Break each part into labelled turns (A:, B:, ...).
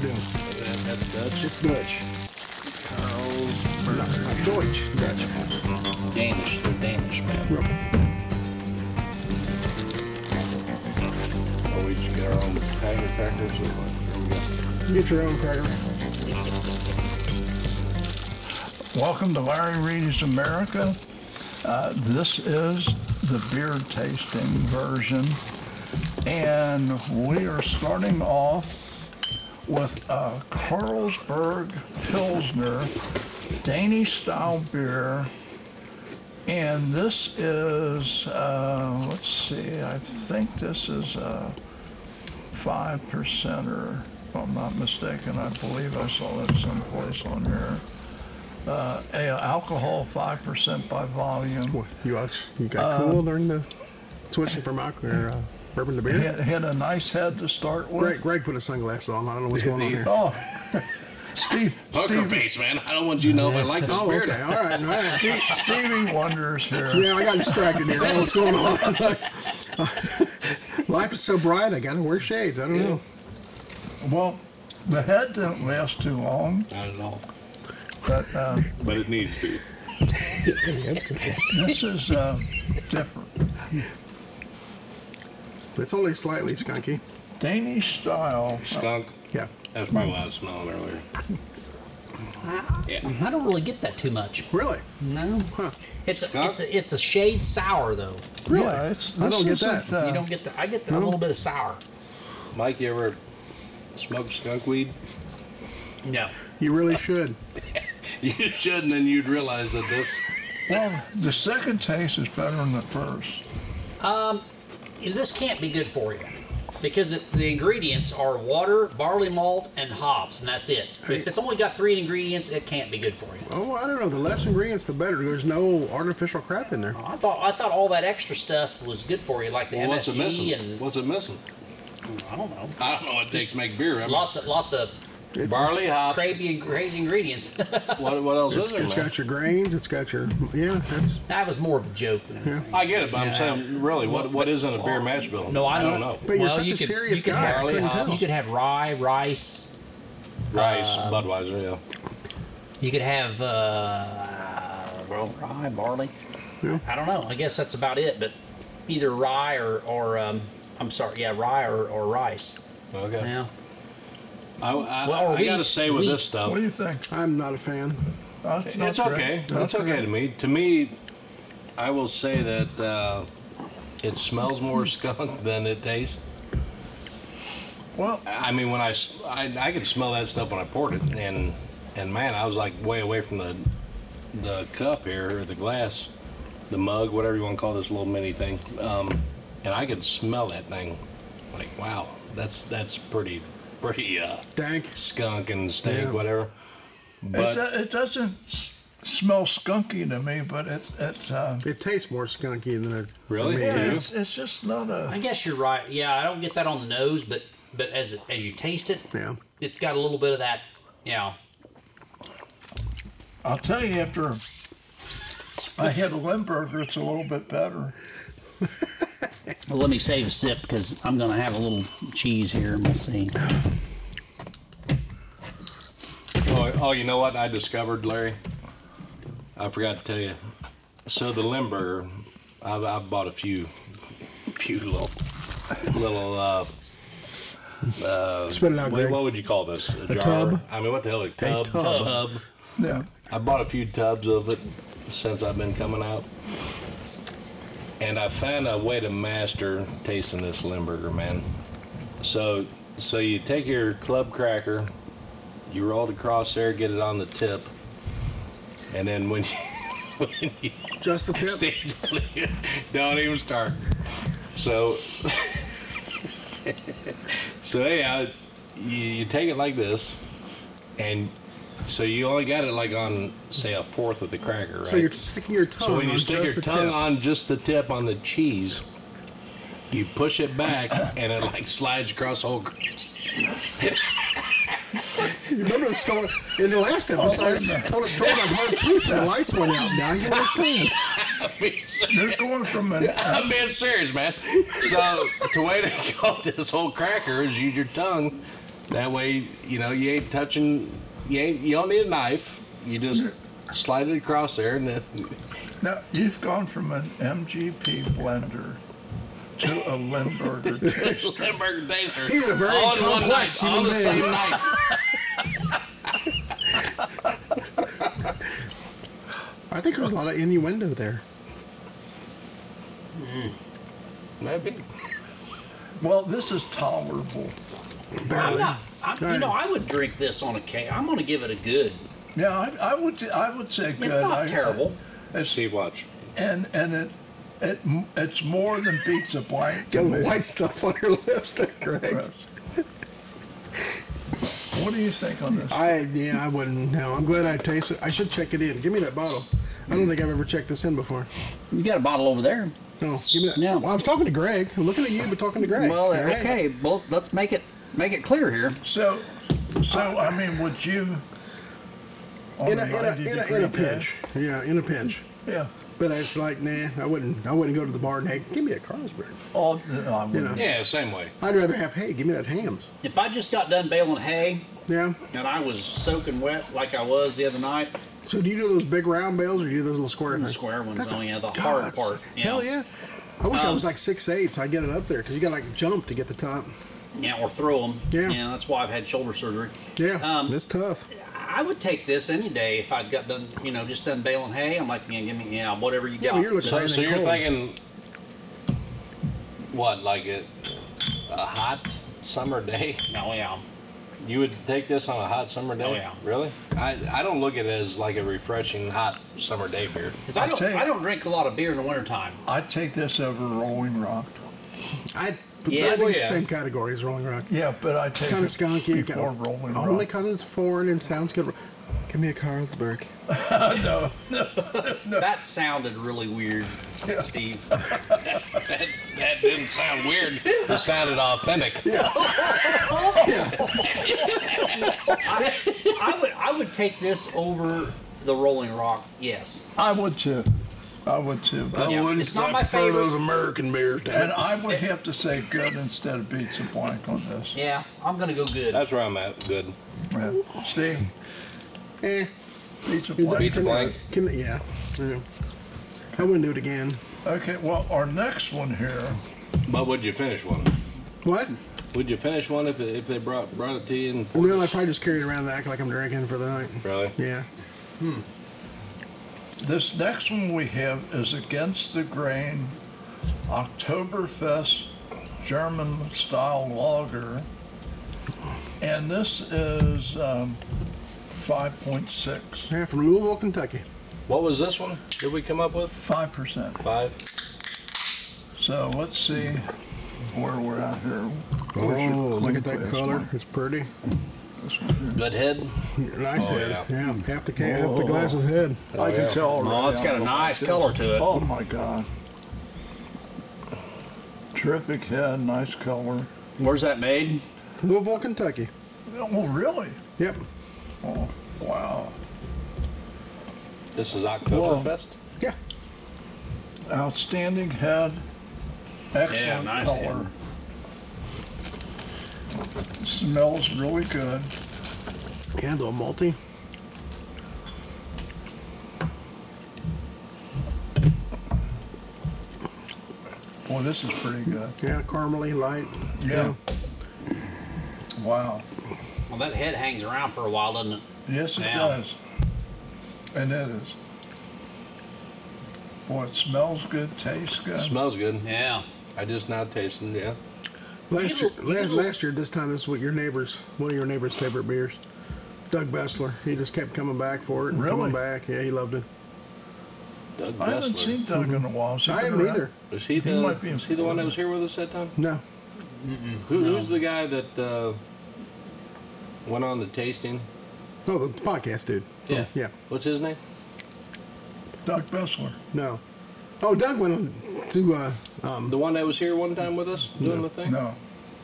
A: them.
B: And that- That's Dutch.
A: It's Dutch.
B: Carlsberg.
A: Not, not Deutsch, Dutch.
B: Danish. They're Danish, man.
A: Well,
C: Oh, we just got our own tiger crackers. or what? Here we go.
A: Get your own cracker.
D: Welcome to Larry Reed's America. Uh, this is the beer tasting version, and we are starting off with a Carlsberg Pilsner Danish style beer. And this is, uh, let's see, I think this is a 5% or, if I'm not mistaken, I believe I saw that someplace on here uh, a- alcohol 5% by volume.
A: Well, you guys, you
B: Uh,
A: got cool during the switching from alcohol or, uh, bourbon to beer.
D: Hit, hit a nice head to start with.
A: Greg, Greg put his sunglasses on. I don't know what's going on here.
D: Oh, Steve,
B: Poker
D: Stevie,
B: face, man. I don't want you to know if I like the
A: Oh,
B: spirit.
A: okay. All right. All right.
D: Stevie Wonder's here.
A: Yeah, I got distracted here. I don't know what's going on. Life is so bright. I got to wear shades. I don't know.
D: Well, the head didn't last too long,
B: Not at all.
D: but uh,
C: But it needs to.
D: this is uh, different.
A: It's only slightly skunky.
D: Danish style.
C: Skunk.
A: Yeah.
C: That's probably what I was smelling earlier.
B: Yeah.
E: I don't really get that too much.
A: Really?
E: No.
A: Huh.
E: It's a,
C: Scott?
E: it's a, it's a shade sour though.
A: Really?
D: Yeah, it's,
A: I
D: this
A: don't get
D: isn't,
A: that.
D: uh,
E: you don't get the I get the, a
A: No.
E: little bit of sour.
C: Mike, you ever smoked skunk weed?
E: No.
A: You really should.
C: You should, and then you'd realize that this.
D: well, the second taste is better than the first.
E: Um, This can't be good for you because it, the ingredients are water, barley malt, and hops, and that's it. If it's only got three ingredients, it can't be good for you.
A: Oh, I don't know. The less ingredients, the better. There's no artificial crap in there.
E: I thought I thought all that extra stuff was good for you, like the
C: Well, what's it
E: MSG
C: missing?
E: and
C: What's it missing?
E: I don't know,
C: I don't know what it takes to make beer. I mean,
E: lots of lots of
A: It's,
C: barley hops.
E: crazy and crazy ingredients.
C: What, what else
A: It's,
C: is there?
A: it's
C: man?
A: got your grains. It's got your yeah. That's
E: that was more of a joke than anything.
C: I get it, but I'm saying, really, what what is in a beer mash bill?
E: No, I
C: don't
E: don't
C: know.
A: but you're
E: Well,
A: such
E: you
A: a
E: could-
A: serious
E: you could
A: guy. I
E: have
A: couldn't
C: barley
A: tell.
E: You could have rye, rice.
C: Rice, Budweiser, yeah.
E: You could have uh, well, rye, barley.
A: Yeah.
E: I don't know. I guess that's about it. But either rye or, or um, I'm sorry, yeah, rye or, or rice.
C: Okay.
E: Yeah.
C: I, I,
E: Well,
C: I
E: wheat-
C: gotta say with this
D: What
C: stuff,
D: do you think?
A: I'm not a fan.
D: That's not
C: it's
D: great.
C: okay. It's okay
D: great.
C: to me. To me, I will say that uh, it smells more skunk than it tastes.
D: Well,
C: I mean, when I, s- I- I could smell that stuff when I poured it, and and man, I was like way away from the the cup here or the glass, the mug, whatever you want to call this little mini thing. Um, and I could smell that thing. Like, wow, that's that's pretty pretty uh,
A: Dank.
C: skunk and stank,
A: Yeah.
C: whatever.
D: it,
C: But
D: do- it doesn't s- smell skunky to me, but it, it's. Uh,
A: It tastes more skunky than it.
C: Really?
A: I mean,
C: Yeah.
D: Yeah,
A: yeah.
D: it's, it's just not
E: I
D: a.
E: guess you're right. Yeah, I don't get that on the nose, but but as it- as you taste it,
A: Yeah.
E: it's got a little bit of that. Yeah.
D: I'll tell you after I hit a Limburger, it's a little bit better.
E: Well, let me save a sip because I'm gonna have a little cheese here, and we'll see.
C: Oh, oh, you know what I discovered, Larry? I forgot to tell you. So the Limburger, I've, I've bought a few, few little, little. Uh,
A: Spit it out,
C: what,
A: Greg.
C: what would you call this? A, jar?
A: tub?
C: I mean, what the hell? A tub?
A: tub.
D: Yeah.
C: I bought a few tubs of it since I've been coming out, and I found a way to master tasting this Limburger, man. So, so you take your club cracker, you roll it across there, get it on the tip, and then when you, when you
A: Just the tip.
C: Steve, don't even, don't even start. So, so anyhow, you, you take it like this, and so you only got it like on, say, a fourth of the cracker, right?
A: So you're sticking your tongue
C: So when
A: on
C: you stick your
A: just the
C: tongue
A: tip.
C: on just the tip on the cheese, you push it back, and it like slides across the whole. cr-
A: You remember the story in the last
C: Oh,
A: episode? I s- told a story about hard truth and the lights went out. Now you understand.
C: I mean, so-
D: You're going from an.
C: I'm being serious, man. So the way to coat this whole cracker is use your tongue That way, you know, you ain't touching. You ain't, you don't need a knife. You just slide it across there, and then
D: Now, you've gone from an MGP blender to a Limburger taster.
B: Hamburger taster.
A: He's a very
B: all in one night,
A: complex
B: all the
A: human
B: same
A: being.
B: night.
A: I think there's a lot of innuendo there.
C: maybe.
D: Well, this is tolerable.
E: I'm
A: Barely.
E: not, I, you
A: Right.
E: know, I would drink this on a cake. I'm going to give it a good.
D: Yeah, I, I would I would say
E: It's
D: good.
E: not
D: I-
E: terrible.
D: It's,
C: See, watch.
D: and and it, it it's more than pizza blank.
A: Got a
D: to
A: little
D: me.
A: white stuff on your lips there, Greg.
D: What do you think on this?
A: I yeah, I wouldn't. No, I'm glad I tasted. it. I should check it in. Give me that bottle. I don't think I've ever checked this in before.
F: You got a bottle over there.
A: No, give me that.
F: No.
A: Well, I was talking to Greg. I'm looking at you, but talking to Greg.
F: Well,
A: All right.
F: okay. Well, let's make it make it clear here.
D: so, so I mean, would you? on
A: In a, in a, in a, in a
D: 90-degree day?
A: pinch. Yeah, in a pinch.
D: Yeah.
A: But it's like, nah, I wouldn't. I wouldn't go to the bar and hey, give me a Carlsberg.
D: All, no, I wouldn't.
C: Yeah, same way.
A: I'd rather have hey, give me that hams.
E: If I just got done baling hay
A: Yeah.
E: and I was soaking wet like I was the other night,
A: So do you do those big round bales or do you do those little square
E: the
A: things?
E: square one's
A: That's a-
E: only had the
A: God,
E: hard
A: that's-
E: part. you know?
A: Hell yeah. I wish I
E: Um,
A: was like six eight, so I get it up there because you got to like jump to get the top.
E: Yeah, or throw them.
A: Yeah.
E: You know, that's why I've had shoulder surgery.
A: Yeah,
E: Um,
A: it's tough.
E: I would take this any day if I'd got done, you know, just done baling hay. I'm like, yeah, give me, yeah, whatever you
A: Yeah,
E: got.
A: but you're looking
C: So,
A: for
C: so
A: anything
C: you're
A: cold.
C: thinking what, like a, a hot summer day?
E: Oh, yeah.
C: You would take this on a hot summer day?
E: Oh, yeah.
C: Really? I, I don't look at it as like a refreshing hot summer day beer.
E: Because I
D: I'll
E: don't,
D: tell you.
E: I don't drink a lot of beer in the wintertime.
D: I'd take this over Rolling Rock.
A: I, but
E: Yeah,
A: I think
E: well,
A: it's
C: yeah.
A: the same category as Rolling Rock.
D: Yeah, but I take
A: Kind of
D: it
A: skunky.
D: before
A: kinda-
D: Rolling Rock.
A: only because it's foreign and sounds good. Give me a Carlsberg.
D: no,
E: That sounded really weird, Steve.
C: That, that didn't sound weird. It sounded authentic.
E: I would, I would take this over the Rolling Rock. Yes.
D: I would too. I would too.
E: Yeah. wouldn't, It's 'cause not I my prefer favorite. those
A: American beers.
D: And I would have to say good instead of pizza blank on this.
E: Yeah, I'm gonna go good.
C: That's where I'm at. Good.
D: Yeah. Steve,
A: Eh,
D: pizza
A: is that,
D: blank.
C: Pizza
A: can
C: blank.
A: They, can they, yeah, yeah. I wouldn't do it again.
D: Okay, well, our next one here.
C: But would you finish one?
A: What?
C: Would you finish one if, if they brought brought it to you? And
A: No, I probably just carry it around and act like I'm drinking for the night.
C: Really?
A: Yeah.
D: This next one we have is Against the Grain Oktoberfest German style lager. And this is um, 5.6,
A: Yeah, from Louisville, Kentucky.
C: What was this one? Did we come up with
D: 5%.
C: five?
D: So let's see where we're at here. Where's your
A: Oh, look at that
D: clean
A: color.
D: one?
A: It's pretty.
D: This one here.
C: Good head.
A: Nice
C: Oh,
A: head. Yeah. half the can, half
D: Whoa.
A: the glass is head.
C: Oh,
D: I can
C: yeah.
D: tell already.
E: Oh, it's got a nice color to it.
D: Oh my God. Terrific head, nice color.
E: Where's that made?
A: Louisville, Kentucky.
D: Oh, really?
A: Yep.
D: Oh, wow.
C: This is Oktoberfest.
D: Outstanding head. Excellent
E: nice head.
D: color. Smells really good.
A: Yeah, a little malty.
D: Boy, this is pretty good.
A: Yeah, caramely, light.
D: Yeah. Wow.
E: Well, that head hangs around for a while, doesn't it?
D: Yes, it
E: Yeah.
D: does. And it is. Boy, it smells good, tastes good.
C: Smells good.
E: Yeah.
C: I just now tasted. Yeah.
A: Last year,
E: It'll-
A: last,
E: it'll-
A: last year, this time, this is what your neighbors, one of your neighbors' favorite beers. Doug Bessler. He just kept coming back for it and
D: Really?
A: coming back. Yeah, he loved it.
C: Doug
D: I haven't
C: Bessler.
D: seen Doug in a while. Has he
A: Mm-hmm. I
D: been
A: haven't
D: around?
A: either.
C: Was he
D: He
C: the?
D: might be in
C: was he the one that was here with us that time?
A: No.
C: Who, Who's the guy that uh, went on the tasting?
A: No, Oh, the podcast dude. Oh,
C: Yeah.
A: Yeah.
C: What's his name?
D: Doug Bessler.
A: No. Oh, Doug went on to, uh, um,
C: The one that was here one time with us doing
A: No.
C: the thing.
D: No.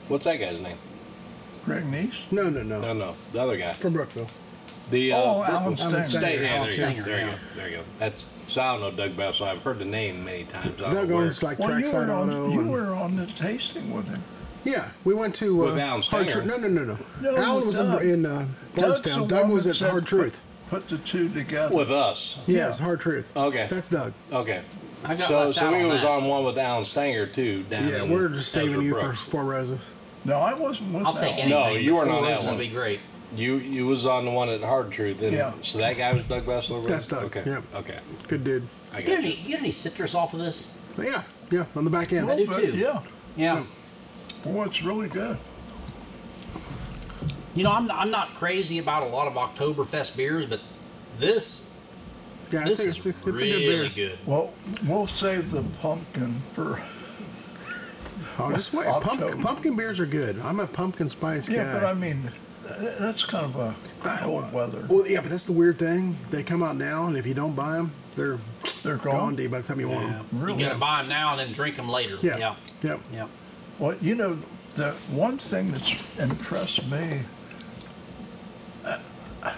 C: What's that guy's name?
D: Greg Neese?
A: no, no, no.
C: No, no, the other guy.
A: From Brookville.
C: The uh,
D: Oh, Alan
C: Brookwood-
A: Alan
D: Stenger.
A: Stenger.
C: State. Yeah,
E: Alan
C: there you
E: Stenger,
C: go. There you
E: yeah.
C: go. There you go. That's so. I don't know Doug Bessler. I've heard the name many times. I don't
A: Doug
C: know where-
A: owns like
D: Well, you
A: Trackside
D: were,
A: Auto.
D: on, you
A: and-
D: were on the tasting with him.
A: Yeah, we went to uh,
C: With Alan
A: Hard
C: Stinger.
A: Truth. No, no, no, no.
D: No,
A: Alan
D: with
A: was
D: Doug.
A: in, in uh,
D: Doug's the
A: Lordstown.
D: one
A: Doug was
D: that
A: at
D: said
A: Hard
D: put-
A: Truth.
D: Put the two together.
C: with us.
A: Yes, Hard Truth.
C: Okay.
A: That's Doug.
C: Okay.
E: I got
C: So,
E: left
C: so
E: out
C: we
E: on
C: was
E: that.
C: on one with Alan Stanger too. Down
A: Yeah,
C: in
A: we're just saving
C: Ezra
A: you for
C: Brooks.
A: four roses.
D: no, I wasn't with
E: I'll
D: that
E: take
D: one.
E: anything.
C: No, you
E: but
C: weren't
E: four
C: on that
E: roses
C: one.
E: Would be great.
C: You you was on the one at Hard Truth, and
D: Yeah.
C: so that guy was Doug Bessler.
A: That's Doug,
C: Okay.
A: yep.
C: Okay.
A: Good dude.
C: I
E: Get
C: got you.
E: any, get any citrus off of this?
A: Yeah, yeah, on the back
E: I
A: end.
E: do
D: But,
E: too.
D: Yeah,
E: Yeah.
D: boy, it's really good.
E: You know, I'm, I'm not crazy about a lot of Oktoberfest beers, but this
A: Yeah, I
E: this
A: think
E: is
A: it's, a, it's a
E: really
A: good beer.
E: good.
D: Well, we'll save the pumpkin for.
A: Oh, just wait.
D: I'll
A: Pump,
D: show 'em.
A: pumpkin beers are good. I'm a pumpkin spice
D: Yeah,
A: guy.
D: but I mean, th- that's kind of a cold weather.
A: Well, yeah, but that's the weird thing. They come out now, and if you don't buy them, they're
D: They're
A: gone
D: gone.
A: D by the time you want
E: Yeah.
A: them.
D: Really?
E: You gotta buy them now and then drink them later.
A: Yeah.
E: Yeah.
A: Yep.
E: yeah.
D: Well, you know, the one thing that's impressed me, uh,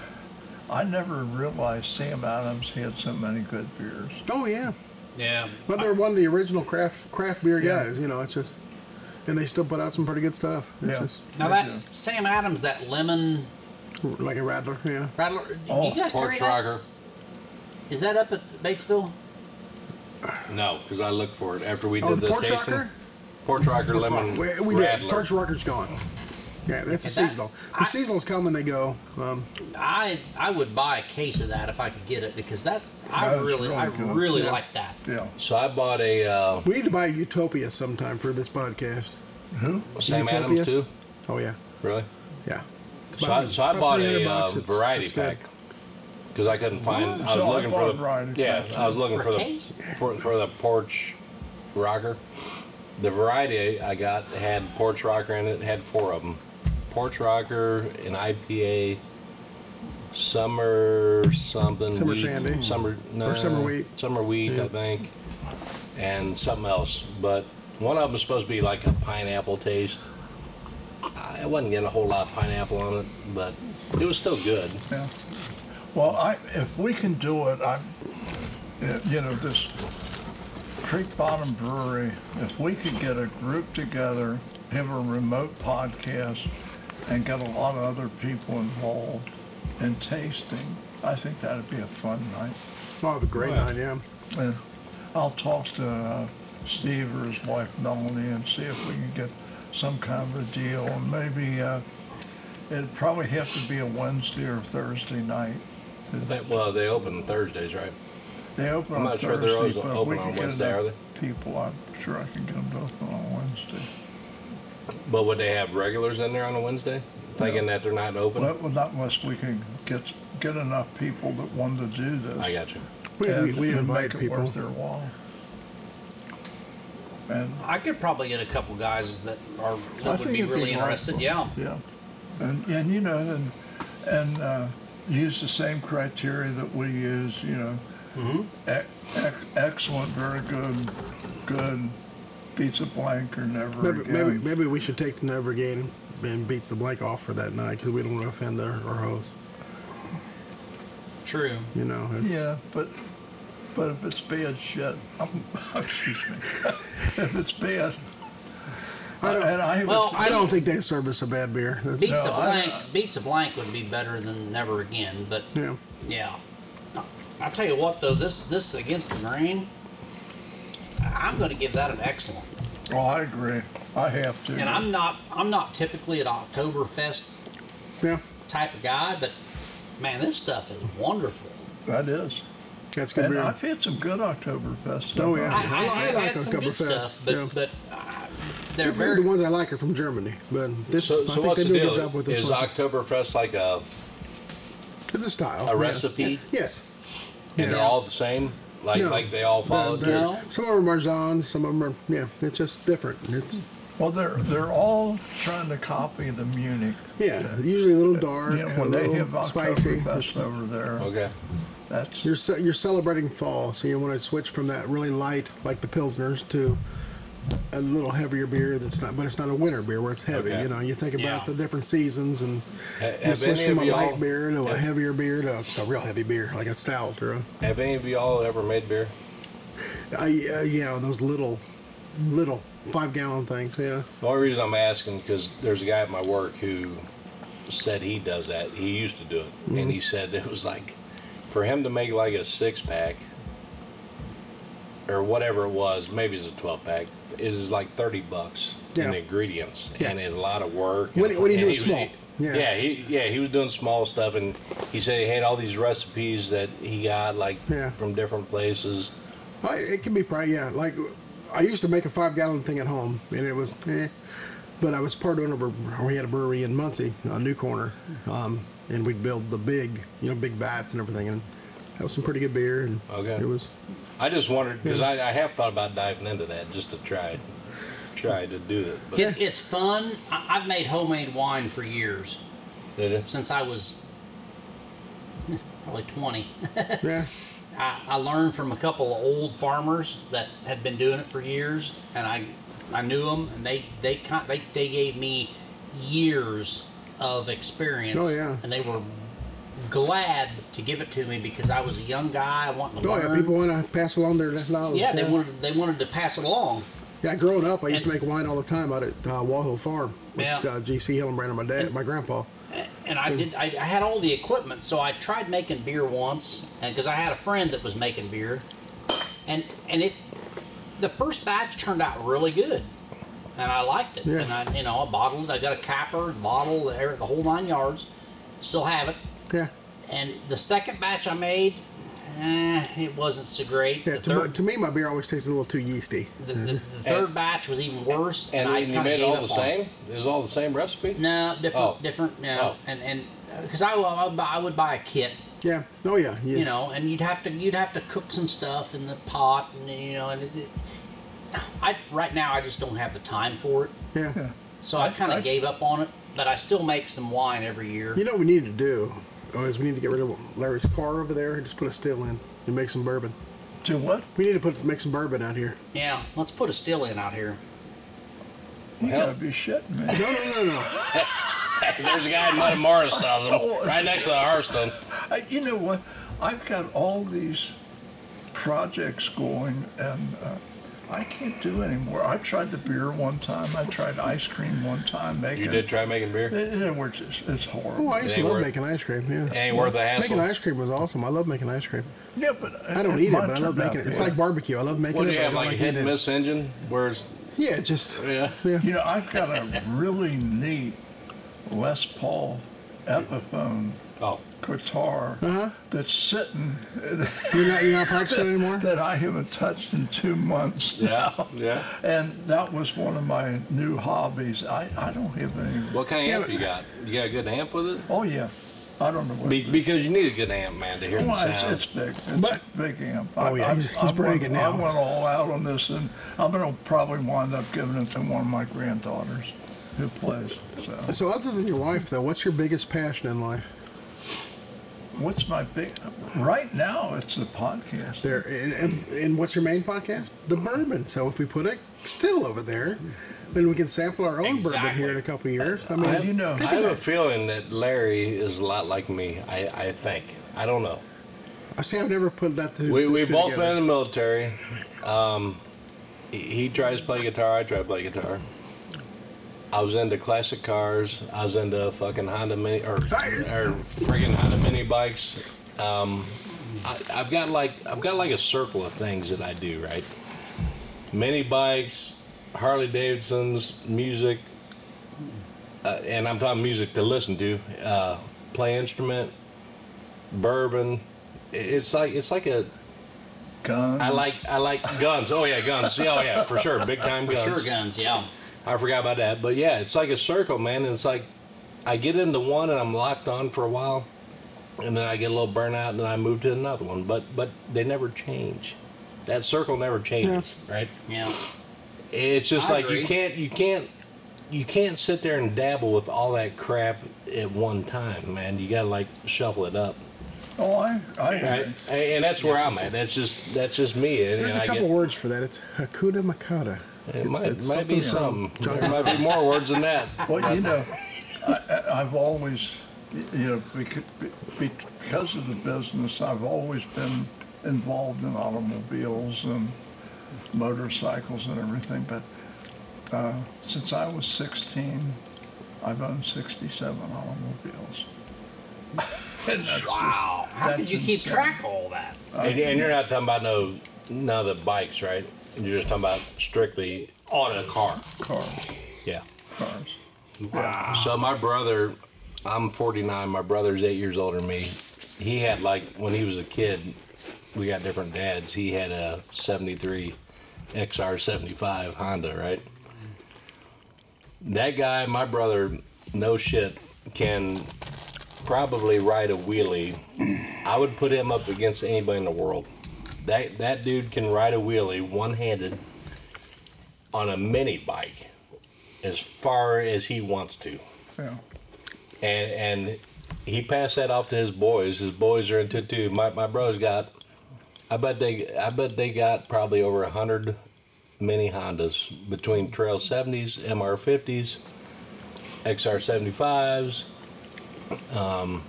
D: I never realized Sam Adams had so many good beers.
A: Oh yeah.
E: Yeah.
A: Well, they're one of the original craft craft beer
D: Yeah.
A: guys. You know, it's just, and they still put out some pretty good stuff. It's
D: Yeah.
A: just
E: Now that Sam Adams, that lemon
A: like a Rattler. Yeah.
E: rattler, do
D: Oh,
E: you guys carry
C: Torch
E: that?
C: Rocker.
E: Is that up at Batesville?
C: No, because I looked for it after we did
A: Oh,
C: the
A: the Porch
C: tasting.
A: Rocker.
C: Porch Rocker lemon.
A: We, we did.
C: Rattler.
A: Torch Rocker's gone. Yeah, that's a
E: Is that-
A: seasonal. The
E: I-
A: seasonals come and they go. Um,
E: I I would buy a case of that if I could get it because that's I
D: That is
E: really,
D: really
E: I
D: good.
E: really
A: Yeah.
E: like that.
D: Yeah.
C: So I bought a uh,
A: we need to buy Utopia sometime for this podcast.
D: Who?
C: Sam
A: Utopias?
C: Adams too.
A: Oh yeah,
C: Really?
A: yeah. It's
C: So
A: about-
C: I, so I
A: about
C: bought
A: 300
C: a uh,
A: bucks. It's-
C: variety
A: it's good.
C: pack because I couldn't find. I was
D: So I
C: looking
D: bought
C: for
D: a
C: the
D: variety
C: yeah.
D: pack.
C: I was looking for
E: For a
C: the
E: case?
C: for, for the Porch Rocker. The variety I got had Porch Rocker in it. Had four of them. Porch Rocker, an IPA, summer something,
A: Summer
C: wheat,
A: shandy.
C: summer no,
A: Or summer wheat.
C: summer wheat, I think, and something else. But one of them is supposed to be like a pineapple taste. I wasn't getting a whole lot of pineapple on it, but it was still good.
D: Yeah. Well, I, if we can do it, I'm, you know, this Creek Bottom Brewery, if we could get a group together, have a remote podcast, and get a lot of other people involved in tasting, I think that'd be a fun night.
A: Oh, the great
D: Wow.
A: nine, yeah.
D: And I'll talk to uh, Steve or his wife Melanie and see if we can get some kind of a deal. And maybe uh, it'd probably have to be a Wednesday or Thursday night. to-
C: They- well, they open Thursdays, right?
D: They open
C: I'm
D: on
C: not sure if
D: Thursday,
C: they're always
D: but
C: open
D: we can
C: on
D: get
C: Wednesday, are
D: enough
C: they?
D: people. I'm sure I can get them to open on Wednesday.
C: But would they have regulars in there on a Wednesday, thinking that they're not open?
D: Well, well, not unless we can get get enough people that want to do this.
C: I got you.
A: We,
D: and-
A: we, we
D: and
A: invite
D: make it
A: people.
D: worth their while. And
E: I could probably get a couple guys that
D: I
E: are that would
D: think
E: be
D: it'd be
E: really interested.
D: delightful.
E: Yeah.
D: yeah, and and you know, and and uh, use the same criteria that we use. You know,
C: Mm-hmm.
D: e- ex- excellent, very good, good, beats a blank or never
A: Maybe,
D: again.
A: maybe maybe we should take the never again and beats the blank off for that night because we don't want to offend their, our host.
E: True.
A: You know, it's,
D: Yeah, but but if it's bad shit, I'm, excuse me. if it's bad,
A: I don't-
D: and I have
E: Well,
A: I don't think they serve us a bad beer. That's,
E: Beats
D: No,
E: a
D: I-
E: blank. beats a blank would be better than never again. But
A: yeah.
E: yeah, I tell you what though, this this against the grain, I'm going to give that an excellent.
D: oh, I agree. I have to.
E: And I'm not I'm not typically an Oktoberfest
A: Yeah,
E: type of guy, but man, this stuff is wonderful.
D: That is.
A: that's good
D: And
A: beer.
D: I've had some good Oktoberfest.
A: Oh, yeah.
E: I,
A: I like
E: have had some good
A: Oktoberfest,
E: stuff, but
A: yeah.
E: but uh, they're
A: Typically, the
E: very
A: ones I like are from Germany, but this
C: So,
A: I
C: so
A: think
C: what's
A: they
C: the
A: do a good
C: deal?
A: job with this
C: Is
A: one.
C: Oktoberfest like a,
A: it's a style.
C: a
A: yeah.
C: recipe,
A: Yes.
C: and they're all the same? Like
A: No.
C: like they all follow?
A: They're- they're-
E: No.
A: Some of them are Johns, some of them are yeah. It's just different. It's
D: Well, they're they're all trying to copy the Munich.
A: yeah. Usually a little dark,
D: You know,
A: a
D: when they have
A: little spicy. It's-
D: Oktoberfest over there,
C: Okay.
D: that's
A: You're ce- you're celebrating fall, so you want to switch from that really light, like the pilsners, to a little heavier beer. That's not, but it's not a winter beer where it's heavy.
C: Okay.
A: You know, you think about
E: Yeah.
A: the different seasons, and
C: Ha-
A: you
C: Have
A: switch
C: any,
A: from
C: of
A: a
C: y'all,
A: light beer to a
C: have-
A: heavier beer to a real heavy beer, like a stout or a
C: have any of y'all ever made beer?
A: I, uh, yeah, those little little five gallon things. Yeah,
C: The only reason I'm asking because there's a guy at my work who said he does that. He used to do it,
A: Mm-hmm.
C: and he said it was like for him to make like a six pack or whatever it was, maybe it's a twelve pack. It is like thirty bucks in
A: Yeah.
C: ingredients,
A: Yeah.
C: and it's a lot of work.
A: When-
C: and-
A: when you do
C: and
A: it
C: was-
A: small. Yeah.
C: yeah, he, yeah, he was doing small stuff, and he said he had all these recipes that he got like
A: Yeah.
C: from different places.
A: I, it can be probably yeah. Like I used to make a five gallon thing at home, and it was, eh. but I was part owner of a we had a brewery in Muncie, uh, New Corner, um, and we'd build the big you know big vats and everything, and that was some pretty good beer, and
C: Okay.
A: it was
C: I just wondered because I, I have thought about diving into that just to try, try to do it. But
E: It, it's fun. I, I've made homemade wine for years
C: Did it?
E: since I was eh, probably 20.
A: yeah.
E: I, I learned from a couple of old farmers that had been doing it for years, and I I knew them, and they they con- they, they gave me years of experience.
A: Oh, yeah.
E: and they were glad to give it to me because I was a young guy wanting to
A: Oh
E: learn.
A: yeah, people want to pass along their knowledge.
E: yeah, they wanted they wanted to pass it along.
A: Yeah, growing up, I used to make wine all the time out at uh, Wall Hill Farm with
E: Yeah.
A: uh, GC Hillenbrand and my dad, my grandpa.
E: and I did. I, I had all the equipment, so I tried making beer once, and because I had a friend that was making beer, and and it, the first batch turned out really good, and I liked it.
A: Yeah.
E: And I, you know, I bottled. it. I got a capper, bottle, the air- the whole nine yards. Still have it.
A: Yeah,
E: And the second batch I made, eh, it wasn't so great.
A: yeah.
E: the
A: To, my,
E: third,
A: to me, my beer always tastes a little too yeasty.
E: the, the, the third batch was even worse,
C: And,
E: and, I
C: you
E: kind of
C: made
E: gave
C: it all
E: up
C: the
E: on it.
C: same? It was all the same recipe?
E: No, different,
C: Oh.
E: different. You know,
C: Oh.
E: and and because I, I would buy- I would buy a kit
A: Yeah. Oh yeah. Yeah.
E: you know, and you'd have to you'd have to cook some stuff in the pot, and you know, and it, it, I right now I just don't have the time for it,
A: yeah.
E: so I kind
D: I-
E: of gave up on it. But I still make some wine every year.
A: You know what we need to do oh, is we need to get rid of Larry's car over there and just put a still in and make some bourbon.
D: Do what?
A: We need to put make some bourbon out here.
E: Yeah, let's put a still in out here.
D: You
C: Hell.
D: gotta be shitting me.
A: No, no, no, no.
C: There's a guy in Matamoros sells them
E: Oh.
C: right next to the Hearthstone.
D: I, Uh, you know what? I've got all these projects going, and uh, I can't do anymore. I tried the beer one time. I tried ice cream one time. Making
C: You did try making beer? It
D: It, it, we're just, it's horrible.
A: Oh, I used
C: It
A: to
C: ain't
A: love
C: worth-
A: making ice cream. Yeah.
C: ain't worth the hassle.
A: Making ice cream was awesome. I love making ice cream.
D: yeah, but uh,
A: I don't eat it, but I love making it. It's like barbecue. I love making
C: What
A: it.
C: do you
A: but I
C: have,
A: don't
C: like a
A: like
C: hit and
A: eating it.
C: miss engine? Where's,
A: Yeah, it's just
C: yeah.
A: yeah.
D: You know, I've got a really neat Les Paul Epiphone
C: Oh,
D: guitar
A: Uh-huh.
D: that's sitting
A: You're not you're not practicing anymore.
D: that I haven't touched in two months
C: yeah,
D: now.
C: yeah.
D: And that was one of my new hobbies. I, I don't have any.
C: What kind of
A: Yeah,
C: amp
A: but-
C: you got? You got a good amp with it?
D: Oh, yeah. I don't know what.
C: Be- because you need a good amp, man, to hear the
D: Well, it's,
C: sound.
D: it's big. It's
A: But-
D: a big amp.
A: Oh, yeah, he's- he's bragging
D: went,
A: now.
D: I went all out on this, and I'm going to probably wind up giving it to one of my granddaughters who plays. So,
A: So other than your wife, though, what's your biggest passion in life?
D: what's my big. Right now, it's the podcast.
A: There and, and, and what's your main podcast? The bourbon. So if we put a still over there, then we can sample our own bourbon
E: Exactly.
A: here in a couple of years. I mean,
D: I- you know,
A: think
C: I
A: of
C: have a
A: that.
C: feeling that Larry is a lot like me, I, I think. I don't know.
A: I see. I've never put that to.
C: we
A: these
C: we
A: two
C: both
A: together.
C: been in the military. Um, he, he tries to play guitar. I try to play guitar. I was into classic cars. I was into fucking Honda mini or, or friggin' Honda mini bikes. Um, I, I've got like I've got like a circle of things that I do right. Mini bikes, Harley Davidsons, music, uh, and I'm talking music to listen to. Uh, play instrument, bourbon. I- It's like it's like a
D: Guns.
C: I like I like guns. Oh yeah, guns. Yeah, oh yeah, for sure. Big time
E: For
C: guns.
E: sure, guns. Yeah,
C: I forgot about that. But yeah, it's like a circle, man. And it's like I get into one and I'm locked on for a while, and then I get a little burnout, and then I move to another one. But but they never change. That circle never changes, right?
E: yeah.
C: It's just
E: I
C: like
E: agree.
C: you can't you can't you can't sit there and dabble with all that crap at one time, man. You gotta like shovel it up,
D: Oh, I, I
C: right? And and that's where I'm at. That's just that's just me. And,
A: There's
C: and
A: a
C: I
A: couple
C: get,
A: words for that. It's Hakuna Makata.
C: It might,
A: it's
C: might be
A: something-
C: something. There might be more words than that.
D: Well, you know, I, I- I've always, you know, becau- be- because of the business, I've always been involved in automobiles and motorcycles and everything, but uh, since I was 16, I've owned 67 automobiles. And that's just-
E: Wow. How could
D: that's
E: you keep
D: insane.
E: track of all that?
C: And, and you're not talking about no none of the bikes, right? You're just talking about strictly on a car.
D: Cars,
C: Yeah.
D: cars.
C: So my brother, I'm 49. My brother's eight years older than me. He had like when he was a kid, we got different dads. He had a '73 XR75 Honda, right? That guy, my brother, no shit, can probably ride a wheelie. I would put him up against anybody in the world. That that dude can ride a wheelie one-handed on a mini bike as far as he wants to.
D: Yeah.
C: And and he passed that off to his boys. His boys are into it too. My my brother's got I bet they I bet they got probably over a hundred mini Hondas between Trail seventies, MR fifties, XR seventy fives, um,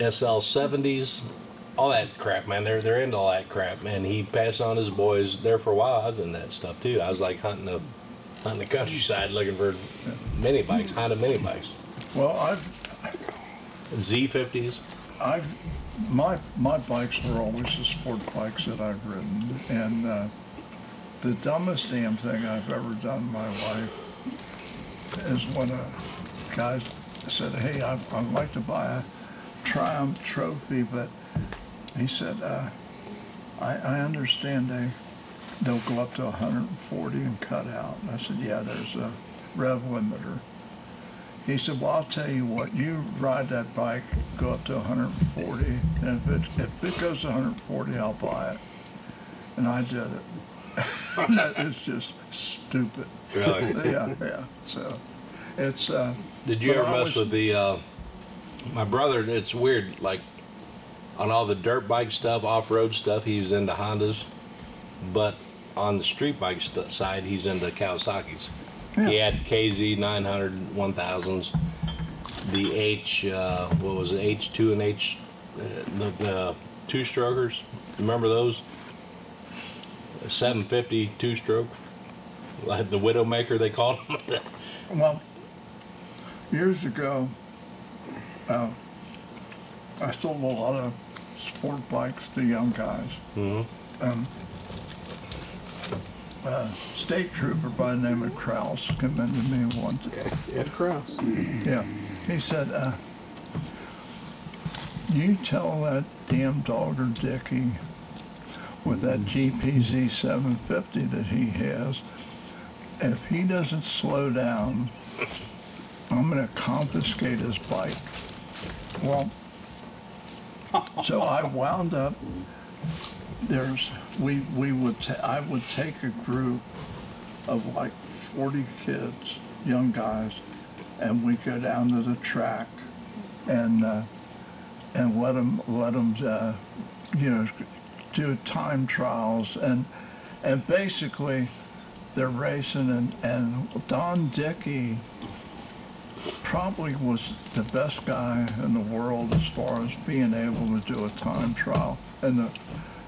C: SL seventies, all that crap, man. They're they're into all that crap. And he passed on his boys there for a while. I was in that stuff too. I was like hunting the hunting the countryside looking for mini bikes, Honda mini bikes.
D: Well, I've,
C: Z fifties.
D: I've, my, my bikes were always the sport bikes that I've ridden. And uh, the dumbest damn thing I've ever done in my life is when a guy said, hey, I'd, I'd like to buy a Triumph trophy, but he said, uh, I, I understand they, they'll go up to 140 and cut out. And I said, yeah, there's a rev limiter. He said, well, I'll tell you what, you ride that bike, go up to 140, and if it, if it goes to 140, I'll buy it. And I did it. that is just stupid.
C: Really?
D: Yeah, yeah. So it's, uh,
C: Did you
D: But
C: ever
D: I
C: mess
D: was-
C: with the? Uh, my brother, it's weird. Like on all the dirt bike stuff, off road stuff, he's into Hondas, but on the street bike st- side, he's into Kawasaki's. He had KZ 900, 1000s, the H, uh, what was it, H2 and H, uh, the, the two strokers. Remember those? 750 two stroke, like the Widowmaker, they called them.
D: Well, years ago, uh, I sold a lot of sport bikes to young guys. Um, a state trooper by the name of Kraus came into me one day.
A: Ed Krause.
D: Yeah, he said, uh, "You tell that damn dog or Dickie with that GPZ 750 that he has, if he doesn't slow down, I'm going to confiscate his bike." Well, so I wound up. There's we we would ta- I would take a group of like 40 kids, young guys, and we go down to the track and uh, and let them let them uh, you know do time trials and and basically they're racing and, and Don Dickey probably was the best guy in the world as far as being able to do a time trial and the,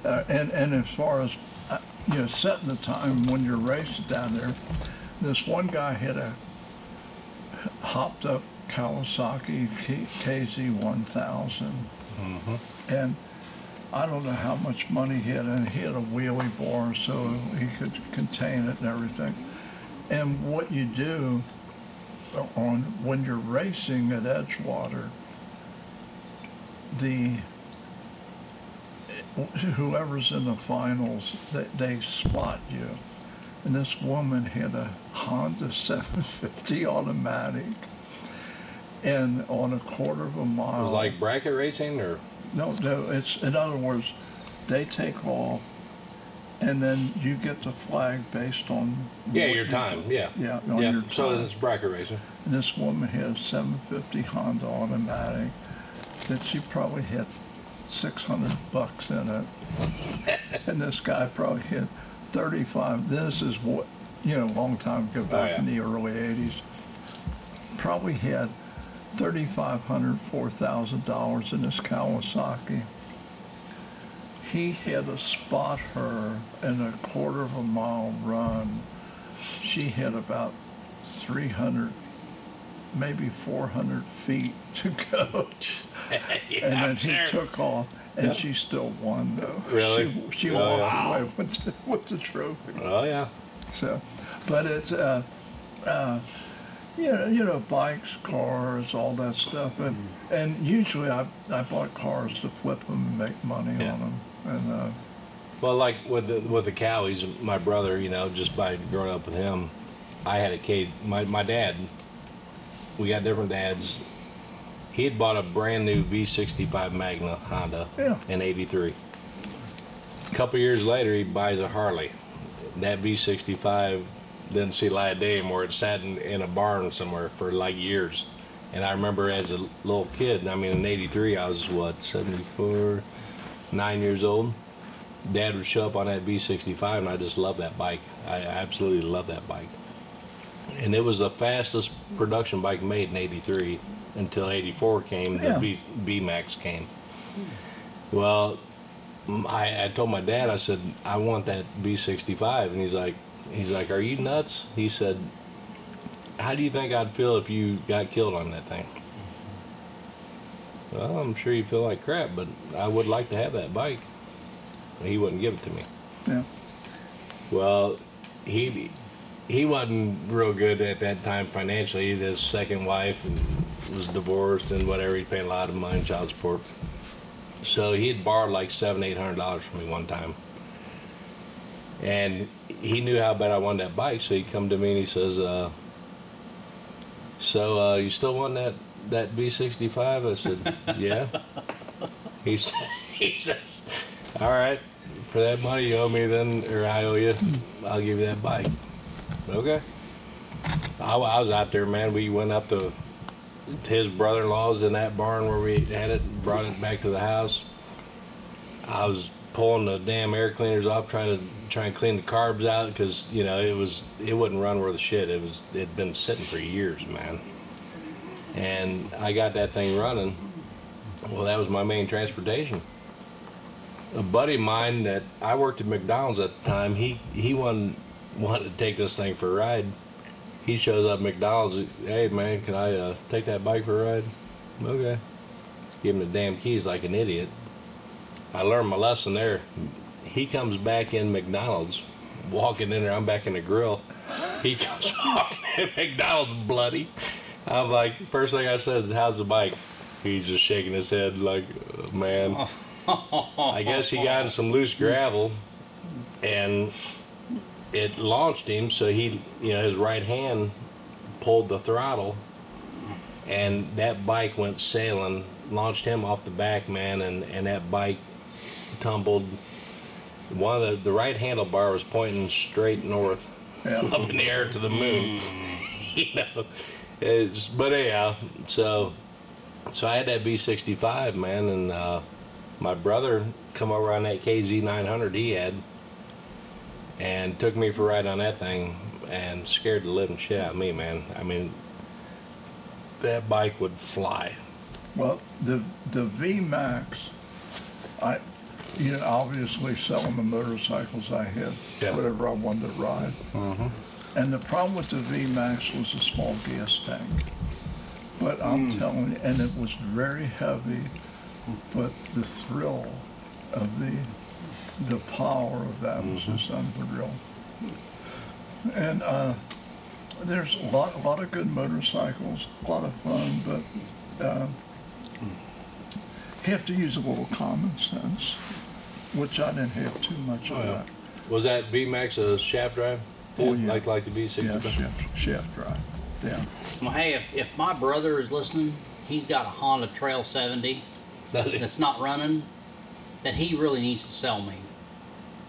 D: uh, and and as far as uh, you know setting the time when you're racing down there this one guy hit a hopped up Kawasaki K- KZ1000, and I don't know how much money he had, and he had a wheelie bar so he could contain it and everything. And what you do on when you're racing at Edgewater, the whoever's in the finals, they, they spot you. And this woman had a Honda 750 automatic. And on a quarter of a
C: It
D: mile.
C: was like bracket racing or?
D: No, no, it's, in other words, they take off and then you get the flag based on.
C: Yeah,
D: what
C: your
D: you-
C: time. Yeah.
D: Yeah, on
C: yeah.
D: Oh, your
C: So
D: time.
C: it's bracket racing.
D: And this woman had a 750 Honda automatic that she probably had 600 bucks in it. and this guy probably had 35. This is what, you know, a long time ago, back in the early 80s. Probably had $3,500, $4,000 in this Kawasaki. he hit a spot her in a quarter of a mile run. She hit about 300, maybe 400 feet to go. and then he took off. And
C: Yeah.
D: she still won, though.
C: Really?
D: She, she
C: Oh,
D: walked
C: yeah.
D: away with the, with the trophy.
C: Oh yeah.
D: So, but it's, uh, uh, you know, you know, bikes, cars, all that stuff, and
C: Mm.
D: and usually I I bought cars to flip them and make money
C: Yeah.
D: on them, and uh,
C: Well, like with the with the cowies, my brother, you know, just by growing up with him, I had a cage. My my dad, we got different dads. He had bought a brand new V65 Magna Honda
D: Yeah.
C: in '83. A couple years later, he buys a Harley. That V65 didn't see light of day anymore. It sat in, in a barn somewhere for like years. And I remember as a little kid, I mean, in '83, I was what 74, nine years old dad would show up on that B65, and I just love that bike. I absolutely love that bike. And it was the fastest production bike made in '83 until '84 came.
D: Yeah.
C: The B, VMAX came. Well, m- I, I told my dad, I said, I want that B65, and he's like, he's like, are you nuts? He said, how do you think I'd feel if you got killed on that thing? Well, I'm sure you feel like crap, but I would like to have that bike. And he wouldn't give it to me.
D: yeah,
C: Well, he he wasn't real good at that time financially. His second wife and was divorced and whatever. He paid a lot of money in child support. So he had borrowed like seven, eight hundred dollars from me one time. And he knew how bad I wanted that bike, so he come to me and he says, uh, "So uh, you still want that that B65?" I said, "Yeah." he s- he says, "All right." for that money you owe me, then or I owe you, I'll give you that bike. Okay. I, wa- I was out there, man. We went up to to his brother-in-law's in that barn where we had it, brought it back to the house. I was pulling the damn air cleaners off, trying to try and clean the carbs out because you know it was it wouldn't run worth a shit. It was it had been sitting for years, man. And I got that thing running. Well, that was my main transportation a buddy of mine that I worked at McDonald's at the time, he he wanted wanted to take this thing for a ride. He shows up at McDonald's. Hey man, can I uh, take that bike for a ride? Okay. Give him the damn keys like an idiot. I learned my lesson there. He comes back in McDonald's, walking in there. I'm back in the grill. He comes walking in McDonald's bloody. I'm like, first thing I said, "How's the bike?" He's just shaking his head like, "Uh, man. I guess he got in some loose gravel, and it launched him. So he, you know, his right hand pulled the throttle, and that bike went sailing, launched him off the back, man, and and that bike tumbled. One of the, the right handlebar was pointing straight north
D: yeah.
C: up in the air to the moon.
D: Mm.
C: you know, it's, but anyhow, so so I had that B65 man, and uh, my brother come over on that KZ900 he had, and took me for a ride on that thing, and scared the living shit out of me, man. I mean, that bike would fly.
D: Well, the the V Max, I, you know, obviously selling the motorcycles I had,
C: Yeah.
D: whatever I wanted to ride. And the problem with the V Max was the small gas tank. But I'm telling you, and it was very heavy, but the thrill of the the power of that was just unreal. And uh, there's a lot, a lot of good motorcycles, a lot of fun, but uh, you have to use a little common sense, which I didn't have too much of
C: Oh, yeah.
D: that.
C: Was that BMax a shaft drive?
D: Oh, yeah.
C: Like like the B65.
D: Yeah, shaft, shaft drive. Yeah.
E: Well, hey, if, if my brother is listening, he's got a Honda Trail 70 that's not running that he really needs to sell me.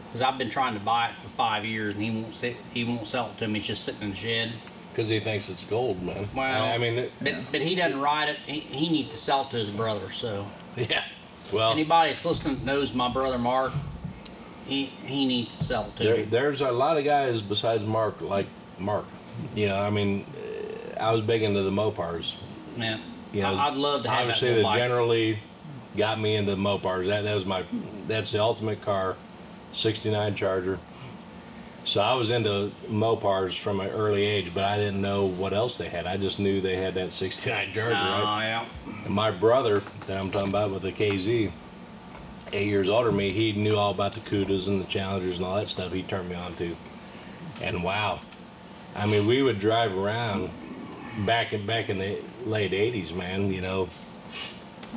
E: Because I've been trying to buy it for five years and he won't, se- he won't sell it to me. It's just sitting in the shed.
C: Because he thinks it's gold, man.
E: Well,
C: I mean, it-
E: But, but he doesn't ride it. He, he needs to sell it to his brother. So
C: yeah. Well,
E: anybody that's listening that knows my brother Mark, he he needs to sell it to
C: There,
E: me.
C: there's a lot of guys besides Mark, like Mark. You know, I mean, uh, I was big into the Mopars.
E: Yeah.
C: You know,
E: I, would love to have
C: Obviously,
E: that
C: they're
E: little bike.
C: generally got me into Mopars. That that was my that's the ultimate car, '69 Charger. So I was into Mopars from an early age, but I didn't know what else they had. I just knew they had that '69 Charger.
E: Oh,
C: right?
F: yeah.
C: my brother that I'm talking about with the KZ, eight years older than me, he knew all about the Cudas and the Challengers and all that stuff. He turned me on to, and wow, I mean, we would drive around back in back in the late '80s, man. You know,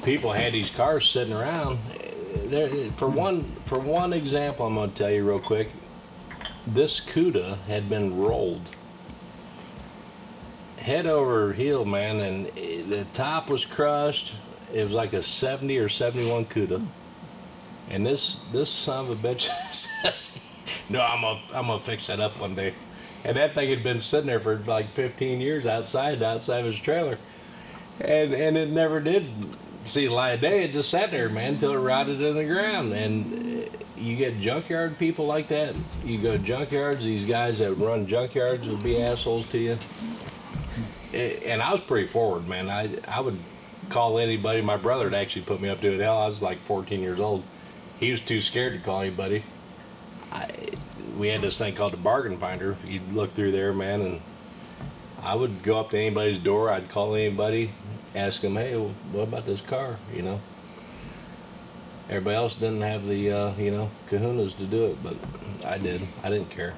C: people had these cars sitting around. There, for one, for one example, I'm gonna tell you real quick. This Cuda had been rolled head over heel, man, and it- the top was crushed. It was like a 70 or 71 CUDA. And this this son of a bitch says, "No, I'm gonna I'm gonna fix that up one day." And that thing had been sitting there for like 15 years outside outside of his trailer, and and it never did see the light of day. It just sat there, man, until it rotted in the ground. And uh, you get junkyard people like that. You go junkyards. These guys that run junkyards would be assholes to you and I was pretty forward, man. I I would call anybody. My brother had actually put me up to it. Hell, I was like 14 years old. He was too scared to call anybody. I, we had this thing called the bargain finder. You'd look through there, man, and I would go up to anybody's door. I'd call anybody, ask them, "Hey, what about this car?" You know. Everybody else didn't have the uh, you know kahunas to do it, but I did. I didn't care.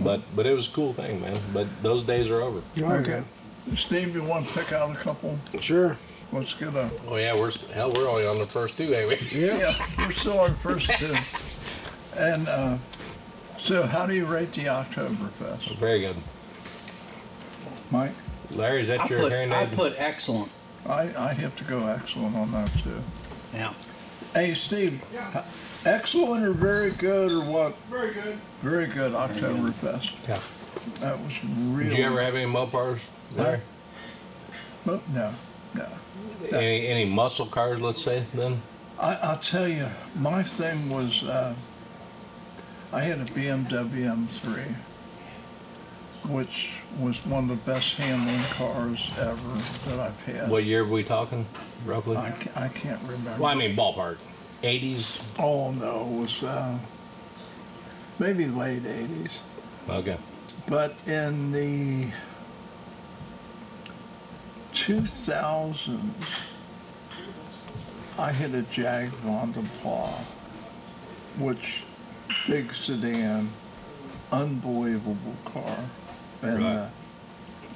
C: But but it was a cool thing, man. But those days are over.
D: Okay. Steve, you want to pick out a couple?
A: Sure.
D: Let's get a,
C: Oh yeah, we're hell, we're only on the first two, ain't we?
A: Yeah.
D: yeah, we're still on first two. And uh, so how do you rate the Oktoberfest,
C: Very good,
D: Mike?
C: Larry. Is that
F: I
C: your
F: put,
C: hearing
F: I
C: aid?
F: put excellent.
D: I, I have to go excellent on that too.
F: Yeah.
D: Hey, Steve, h- excellent or very good or what?
A: Very good.
D: Very good Oktoberfest.
C: Yeah.
D: That was
C: Did
D: really.
C: you ever have any Mopars? Larry?
D: Oh, No, no. Yeah.
C: Any any muscle cars? Let's say then.
D: I, I'll tell you, my thing was uh, I had a BMW M3, which was one of the best handling cars ever that I've had.
C: What year are we talking, roughly?
D: I, ca- I can't remember.
C: Well, I mean ballpark. 80s.
D: Oh no, it was uh, maybe late 80s.
C: Okay.
D: But in the 2000s, I hit a Jag Vonda Paw, which big sedan, unbelievable car, and
C: Right.
D: uh,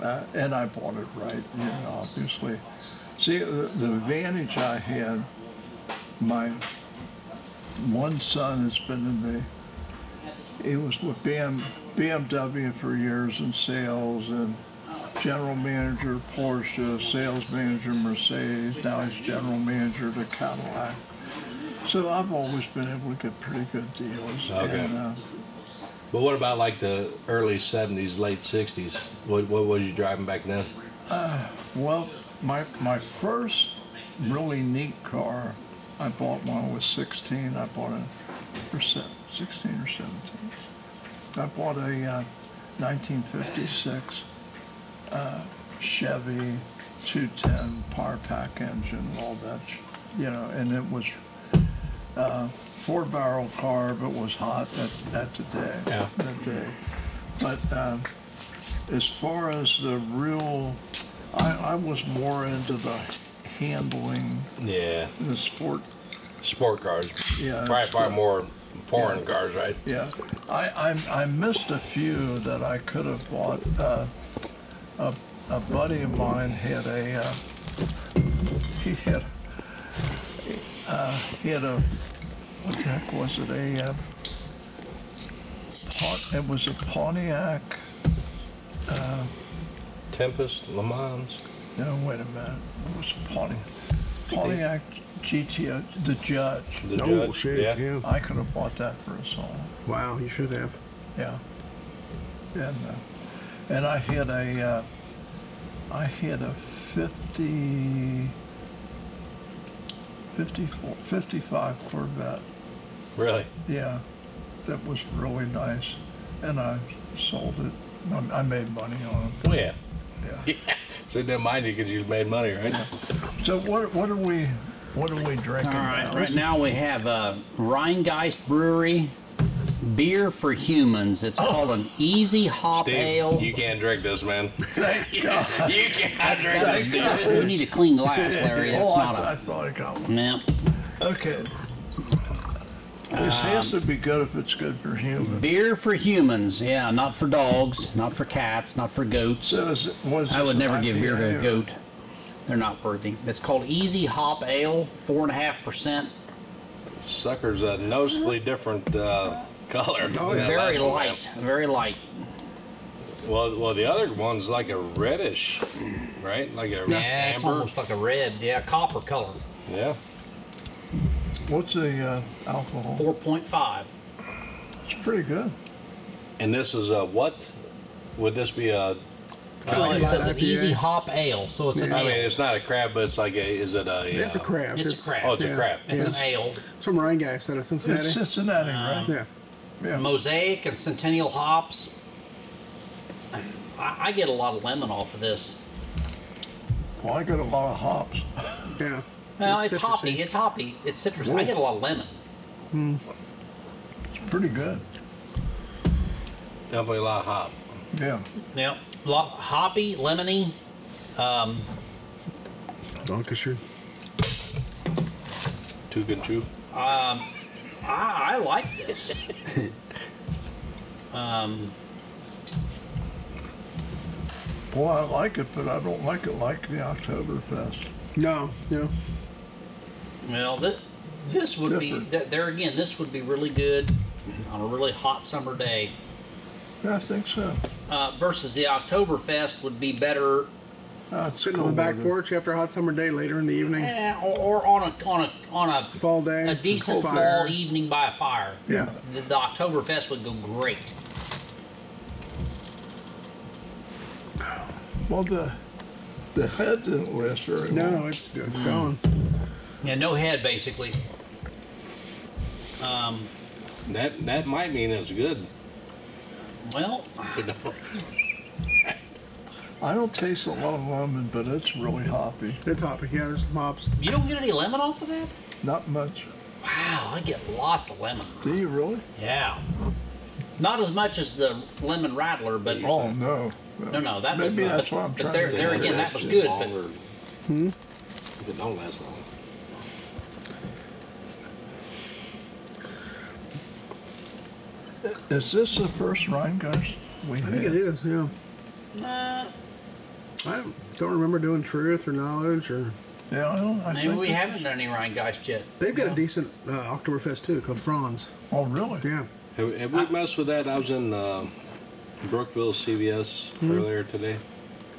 D: uh, and I bought it right, you know, obviously. See, the, the advantage I had, my one son has been in the he was with BM, BMW for years in sales and general manager Porsche, sales manager Mercedes. Now he's general manager to Cadillac. So I've always been able to get pretty good deals.
C: Okay.
D: And, uh,
C: But what about like the early 70s, late 60s? What what was you driving back then?
D: well, my my first really neat car I bought when I was 16. I bought a or se- 16 or 17. I bought a uh, 1956 uh, Chevy 210 power pack engine, all that, sh- you know, and it was uh, four barrel car, but was hot at, at the day.
C: Yeah.
D: That day. But um, as far as the real, I, I was more into the handling,
C: Yeah,
D: the sport.
C: sport cars.
D: Yeah.
C: Probably far more foreign cars, right?
D: Yeah, I, I, I missed a few that I could have bought. Uh, a, a buddy of mine had a, uh, he had, uh, he had a, what the heck was it, a, uh, Pon- it was a Pontiac, uh,
C: Tempest, Le Mans.
D: no, wait a minute, it was a Pontiac, Pontiac GTO, the Judge.
C: The
A: oh
C: Judge.
A: shit!
C: Yeah.
A: yeah.
D: I could have bought that for a song.
A: Wow, you should have.
D: Yeah. And uh, and I hit a uh, I hit a 50 54 55 Corvette.
C: Really?
D: Yeah. That was really nice. And I sold it. I- I made money on
C: Well,
D: it.
C: Oh, yeah.
D: Yeah.
C: So it didn't mind you because you made money, right?
D: So what what are we What are we drinking?
F: All right,
D: now?
F: right now we have uh, Rheingeist Brewery beer for humans. It's called an Easy Hop
C: Oh. Steve,
F: Ale.
C: you can't drink this, man.
D: Thank God.
C: You can't drink
F: That's-
C: this, dude.
F: we need a clean glass, Larry. That's
D: oh, I,
F: not
D: I
F: a.
D: thought I got one.
F: No.
D: Okay. This has to be good if it's good for humans.
F: Beer for humans, yeah, not for dogs, not for cats, not for goats.
D: So is it- was
F: I would
D: this
F: never give beer to
D: IPA?
F: a goat. They're not worthy. It's called Easy Hop Ale, four and a half percent.
C: Sucker's a noticeably different uh, color.
A: Oh, yeah.
C: than that
F: Very
C: last one.
F: light, very light.
C: Well, well, the other one's like a reddish, right? Like a
E: Yeah, it's
C: amber.
E: almost like a red, yeah, copper color.
C: Yeah.
D: What's the uh, alcohol?
E: 4.5.
D: It's pretty good.
C: And this is a what? Would this be a?
A: kinda
F: Uh,
E: Well,
A: like
E: it
A: a
E: says
A: light
E: an easy
A: IPA.
E: hop ale, so it's an
C: I mean,
E: ale.
C: it's not a crab, but it's like a. Is it a?
A: It's a
C: uh,
A: craft.
E: It's a craft.
C: Oh, it's a
A: yeah.
C: crab.
E: It's an
A: Yeah.
E: ale.
A: It's from Ryan Geist out of Cincinnati. Uh,
D: It's Cincinnati, right?
A: yeah.
D: Yeah.
E: Mosaic and Centennial hops. I, I get a lot of lemon off of this.
D: Well, I got a lot of hops.
A: Yeah.
E: Well, it's,
A: citrusy.
E: hoppy. It's hoppy. It's citrus. I get a lot of lemon.
D: It's pretty good.
C: Definitely a lot of hop.
D: Yeah.
E: Yeah, lo- hoppy, lemony. Um,
A: Lancashire.
C: Two can chew.
E: I, I like this.
D: Boy, I like it, but I don't like it like the Oktoberfest.
A: No, no.
E: well, th- this would be
D: Different.
E: th- there again. This would be really good on a really hot summer day.
D: Yeah, I think so.
E: Uh, versus the Oktoberfest would be better,
D: Uh, it's
A: Sitting on the
D: cool
A: back
D: with it.
A: porch after a hot summer day later in the evening,
E: eh, or, or on a on a on a,
A: fall day.
E: a decent
A: fire.
E: fall evening by a fire.
A: Yeah.
E: The, the Oktoberfest would go great.
D: Well, the the head didn't last very long.
A: No, it's good.
D: Hmm.
A: Going.
E: Yeah, no head basically. Um,
C: That that might mean it's good.
E: well,
C: You know?
D: I don't taste a lot of lemon, but it's really hoppy.
A: It's hoppy. Yeah, there's some hops.
E: you don't get any lemon off of that.
D: Not much.
E: Wow, I get lots of lemon.
D: Do you really?
E: Yeah. Not as much as the lemon rattler, but
D: Oh no.
E: no, no, that was.
D: Maybe
E: but-
D: that's what I'm
E: but
D: trying
E: there,
D: to
E: there
D: do.
E: again, that was good, but
C: Longer.
A: Hmm?
C: If it don't last long.
D: Is this the first Rheingeist we
A: I think
D: had?
A: it is. Yeah.
E: uh,
A: I don't, don't remember doing truth or knowledge or
D: Yeah, I don't. I
E: maybe
D: think
E: we
D: this-
E: haven't done any Rheingeist yet.
A: they've got a decent uh, Oktoberfest too called Franz.
D: Oh really?
A: Yeah.
C: Have, have we messed with that? I was in uh, Brookville CVS
A: Hmm?
C: earlier today.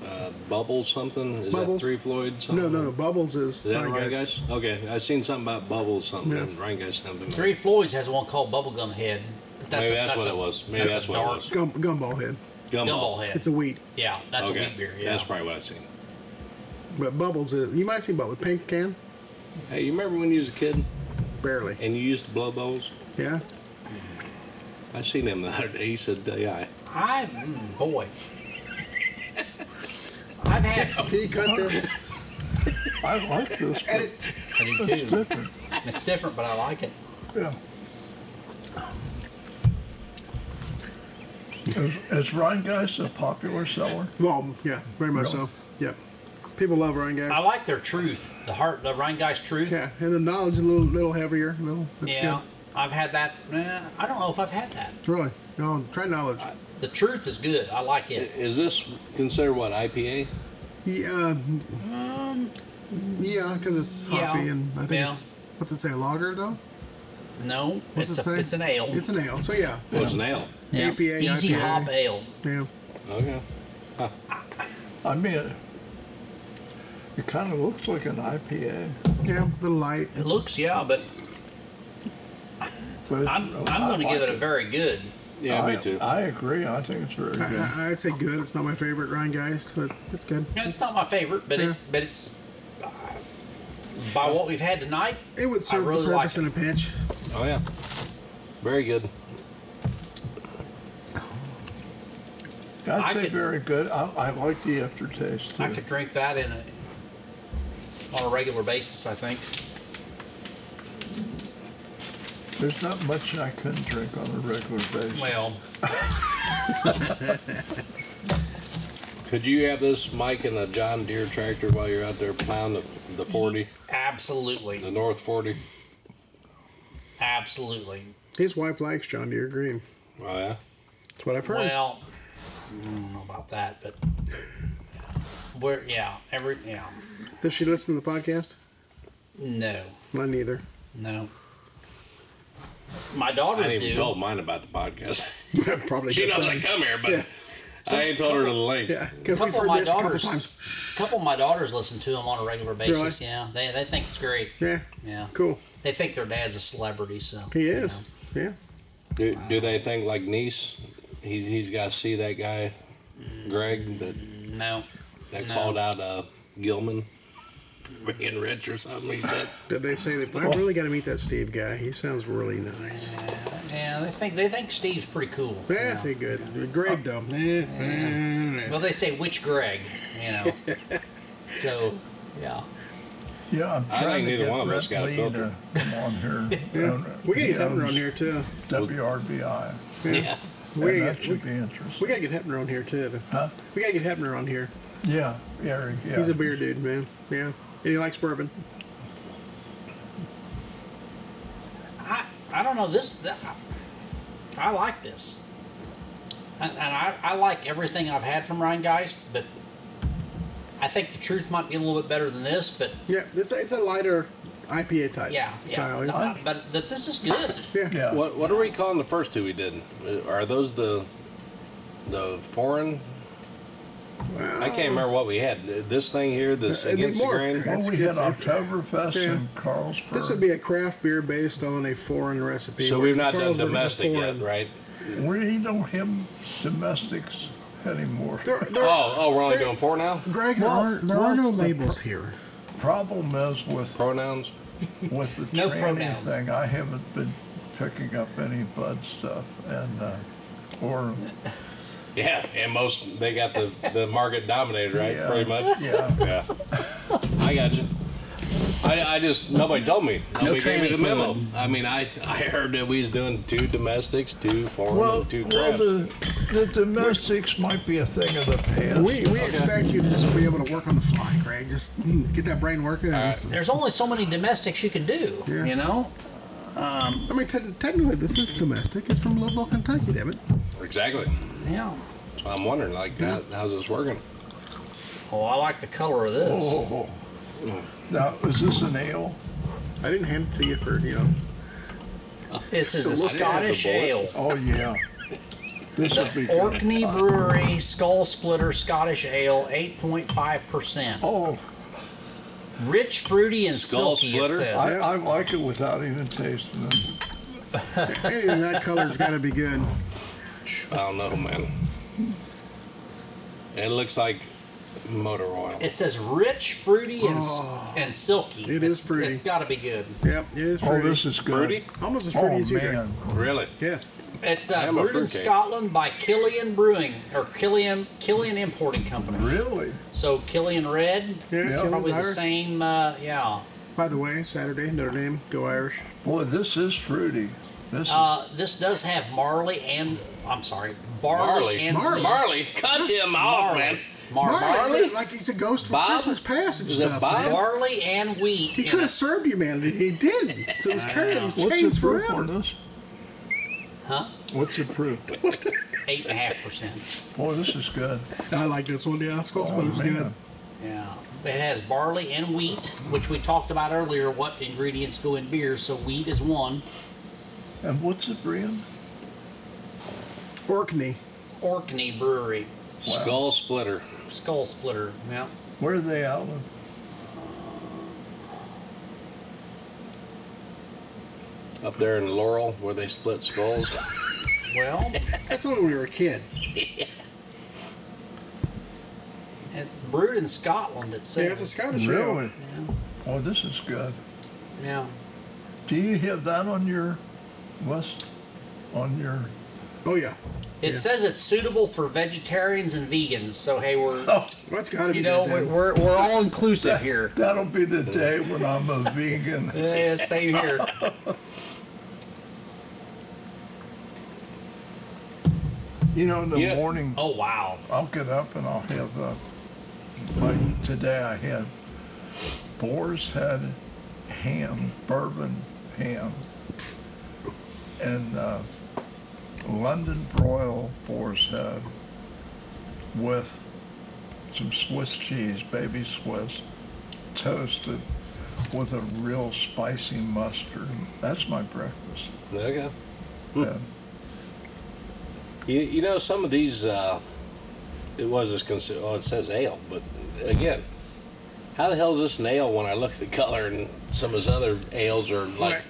C: Uh, Bubble something? Is
A: Bubbles?
C: that Three Floyd something?
A: No, no, no. Bubbles is
C: Is that
A: Rheingeist.
C: right, guys? Okay, I seen something about Bubble something.
A: Yeah.
C: Ryan guys something.
E: Three Floyds has one called Bubblegum Head. But that's
C: Maybe
E: a,
C: that's, what
E: a-
C: it was. Maybe
E: that's a
C: that's, what it
E: dark
C: was.
A: Gum, gumball head.
E: Gumball Head.
A: It's a wheat,
E: yeah, that's
C: okay.
E: a wheat beer. Yeah.
C: That's probably what I seen.
A: but Bubbles is. You might see Bubbles. Pink can.
C: Hey, you remember when you was a kid
A: Barely.
C: and you used to blow bubbles?
A: Yeah.
C: I seen him the other day. He said, "Yeah,
E: I mm, boy. I've had
A: Can you cut that?
D: I like this. but
A: Edit.
E: I do
D: It's
E: too.
D: different.
E: It's different, but I like it.
D: Yeah. Is, is Rheingeist a popular seller?
A: Well, yeah, very much so. Yeah. People love Rheingeist.
E: I like their truth, the heart, the Rheingeist truth.
A: Yeah, and the knowledge is a little, little heavier. A little. It's
E: Yeah, I've had that. eh, I don't know if I've had that.
A: good. Really. No, try knowledge.
E: The truth is good. I like
C: I."
E: it.
C: Is this considered what IPA?
A: Yeah. um, Yeah, because it's
E: yeah.
A: hoppy, and I think
E: Yeah.
A: it's what's it say, lager though?
E: No,
A: What's
E: it's
A: it
E: a,
A: say?
E: it's an ale.
A: It's an ale. So yeah,
C: Well, it's an ale.
F: Yeah.
A: APA,
E: easy
A: IPA.
E: hop ale.
A: yeah.
C: Okay.
D: I mean, it, it kind of looks like an IPA,
A: Yeah, a little light.
E: It looks yeah, but
D: but it's
E: I'm
D: really-
E: I'm
D: I
E: going to
D: like
E: give it a very good.
A: Oh,
C: Yeah,
D: I,
C: me too.
D: I agree. I think it's very
A: I,
D: good.
A: I, I'd say good. It's not my favorite Rheingeist, but it's good.
E: You know, it's not my favorite, but
A: Yeah.
E: it but it's uh, by what we've had tonight.
A: It would serve
E: really
A: the purpose
E: like
A: in a pinch.
C: Oh yeah. Very good.
D: I'd
E: I
D: say
E: could-
D: very good. I, I like the aftertaste. Too.
E: I could drink that in a, on a regular basis. I think
D: There's not much I couldn't drink on a regular basis.
E: Well,
C: Could you have this mic in a John Deere tractor while you're out there plowing the, the
A: Mm-hmm.
C: 40,
E: absolutely,
C: the North 40?
E: absolutely.
A: His wife likes John Deere Green.
C: Oh, yeah.
A: That's what I've heard.
E: Well, I don't know about that, but where? Yeah, every yeah.
A: Does she listen to the podcast?
E: No,
A: Mine neither.
E: no. My
C: I
E: daughters
C: ain't
E: do.
C: even told mine about the podcast.
A: Probably.
C: she
A: good
C: knows
A: thing.
C: I come here, but
A: Yeah.
C: I ain't told her the link.
A: Yeah, because
E: Couple
A: we've
E: of
A: heard
E: my
A: this a couple
E: daughters-
A: times.
E: A couple of my daughters listen to them on a regular basis.
A: Really?
E: Yeah, they, they think it's great.
A: Yeah,
E: Yeah,
A: cool.
E: they think their dad's a celebrity. So
A: He
E: you
A: is.
E: know.
C: Do, do they think like Nice? He, he's got to see that guy, Greg, that,
E: No,
C: that
E: No.
C: called out uh, Gilman being rich or something. He said,
A: Did they say that? I really got to meet that Steve guy. He sounds really nice.
E: yeah, they think they think Steve's pretty cool. you
A: Yeah,
E: know.
A: he good. Greg though.
D: Oh.
A: Eh, eh, eh.
E: Well, they say which Greg, you know. so, yeah.
D: Yeah, I'm
C: I think
D: trying to
C: neither
D: get
C: one of us
D: Brett
C: got a
D: Lee
C: filter.
D: to come on here. uh,
A: Yeah, we gotta
D: He
A: get Hefner on
D: owns
A: here too.
D: WRBI.
A: Yeah.
E: Yeah.
A: We
D: and
A: gotta
D: that
A: get, we,
D: should be
A: we
D: interesting.
A: gotta get Hefner on here too.
D: Huh?
A: We gotta get Hefner on here.
D: Yeah, Eric. Yeah.
A: He's a beer dude, man. Yeah, and he likes bourbon.
E: I, I don't know. This, th- I, I like this. And, and I, I like everything I've had from Ryan Geist, but I think the truth might be a little bit better than this, but
A: Yeah, it's a, it's a lighter IPA
D: Uh,
A: type.
E: yeah.
A: style.
E: yeah.
A: It's-
E: Uh, but that this is good.
A: yeah.
D: Yeah.
C: What What are we calling the first two we did? Uh, Are those the the foreign? I
A: Uh-uh.
C: can't remember what we had. Th- This thing here, this
A: It'd be
C: against the
A: more-
C: grain.
D: Well,
A: It's-
D: we had
A: it's- it's-
D: Oktoberfest
A: yeah.
D: in Carlsbad.
A: This would be a craft beer based on a foreign recipe.
C: So
A: whereas
C: we've not done
A: Carlsberg is a
C: domestic yet,
A: foreign-
C: right?
D: We don't have domestics anymore.
A: There, there,
C: Oh, oh, we're only
A: There-
C: doing four now.
A: Greg, there,
D: Well,
A: are, there are no
D: well, the-
A: labels here.
D: Problem is with
C: Pronouns.
D: with the
E: No
D: tranny
E: pronouns.
D: thing, I haven't been picking up any bud stuff and uh, or
C: Yeah, and most they got the the market dominated, right?
D: Yeah.
C: Pretty much.
D: yeah.
C: Yeah. I got you. I, I just nobody told me. Nobody gave me
F: tranny
C: the memo. I mean, I I heard that we was doing two domestics, two foreign,
D: Well,
C: and two
D: well,
C: crafts.
D: the, the domestics might be a thing of the past.
A: We, we expect you to just be able to work on the fly, Greg. Just mm, get that brain working. And just,
E: There's only so many domestics you can do.
A: Yeah.
F: You know? Um,
A: I mean, te- technically, this is domestic. It's from Louisville, Kentucky, damn it.
C: Exactly.
F: yeah.
C: So I'm wondering, like, how, how's this working?
E: Oh, I like the color of this.
D: Oh, now is this an ale?
A: I didn't hand it to you for, you know.
E: This is a
A: So look,
C: that's a
E: Scottish
C: bullet.
E: ale.
D: Oh yeah, this would be good.
E: Orkney Brewery Skull Splitter Scottish Ale, 8.5%.
D: Oh,
E: Rich, fruity, and
C: Skull
E: silky, it
C: Splitter?
E: says.
D: I, I like it without even tasting it.
A: Anything that color's got to be good.
C: I don't know, man. It looks like motor oil.
E: It says rich, fruity, and, s and silky.
A: Oh, It
E: It's-
A: is fruity.
E: It's got to be good.
A: Yep, it is
D: Oh,
A: fruity.
D: this is good.
C: Fruity?
A: Almost as fruity
D: Oh
A: as you drink.
D: man,
C: Really?
A: Yes.
E: It's uh,
C: I'm a
E: brewed in
C: fruitcake.
E: Scotland by Killian Brewing, or Killian, Killian Importing Company.
D: really?
E: So Killian Red,
A: Yeah,
D: Yeah.
A: Killian's
E: probably the
A: Irish.
E: same, uh, yeah.
A: By the way, Saturday, Notre Dame, go Irish.
D: Boy, this is fruity. This
E: Uh, this does have marley and, I'm sorry, barley,
C: Marley.
E: and
A: Marley.
E: wheat.
C: Marley, cut him off,
E: Marley.
C: man.
E: Marley.
A: Marley, like he's a ghost from
C: Bob?
A: Christmas Past and
C: Is it
A: stuff.
C: Bob?
A: man.
E: Barley and wheat.
A: He
E: in
A: could
E: it.
A: have served humanity. He didn't. So he's carrying these
D: what's
A: chains
D: the proof on
A: forever.
D: this?
E: Huh?
D: What's the proof?
E: Eight and a half percent.
D: Boy, this is good.
A: I like this one. Yeah, Skull
D: Oh,
A: Splitter's
D: man.
A: good.
E: Yeah. It has barley and wheat, which we talked about earlier, what ingredients go in beer. So wheat is one.
D: And what's it brand?
A: Orkney.
E: Orkney Brewery,
C: Skull splitter.
E: Skull Splitter. Yeah.
D: Where are they out of?
C: Up there in Laurel where they split skulls.
E: Well,
A: That's when we were a kid.
E: it's brewed in Scotland, it says.
A: Yeah, it's a Scottish ale.
D: Really? Oh, this is good.
E: Yeah.
D: Do you have that on your list? On your
A: Oh yeah,
E: It
A: Yeah.
E: says it's suitable for vegetarians and vegans. So, hey,
A: Oh,
E: we're,
A: well, that's got to be
E: you know,
A: good.
E: we're,
A: then.
E: we're, we're all inclusive here.
D: that'll be the day when I'm a vegan.
E: Yeah, same here.
D: You know, in the
C: Yeah.
D: morning,
E: Oh wow.
D: I'll get up and I'll have, uh, like today I had boar's head ham, bourbon ham, and uh, London broil boar's head with some Swiss cheese, baby Swiss, toasted with a real spicy mustard. That's my breakfast.
C: Okay.
D: Yeah.
C: Hmm. You, you know, some of these, uh, it was this consider. Oh, it says ale, but again, how the hell is this an ale when I look at the color and some of his other ales are like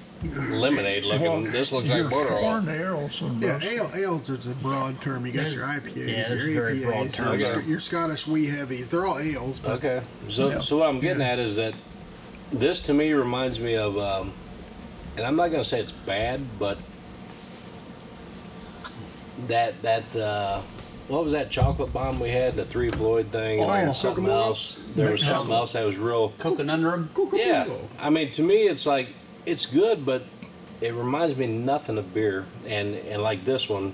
C: lemonade looking?
D: Well,
C: this looks
D: your
C: like butter oil.
D: foreign ales and
A: Yeah,
D: roasted-
A: ale, ales is a broad term. You got
F: There's-
A: your
F: yeah,
A: IPAs,
F: there's
A: your
F: very broad
A: APAs, your,
F: terms.
A: Sc-
C: Okay.
A: your Scottish wee heavies. They're all ales, but
C: Okay. So,
D: Yeah.
C: so what I'm getting at is that this to me reminds me of, um, and I'm not going to say it's bad, but that that uh, what was that chocolate bomb we had? The three Floyd thing.
A: Oh,
C: and
A: yeah.
C: something
A: Chocomel?
C: else. There was something else that was real.
E: Cooking under them.
C: Yeah,
A: Cool.
C: I mean, to me, it's like it's good, but it reminds me nothing of beer, and and like this one,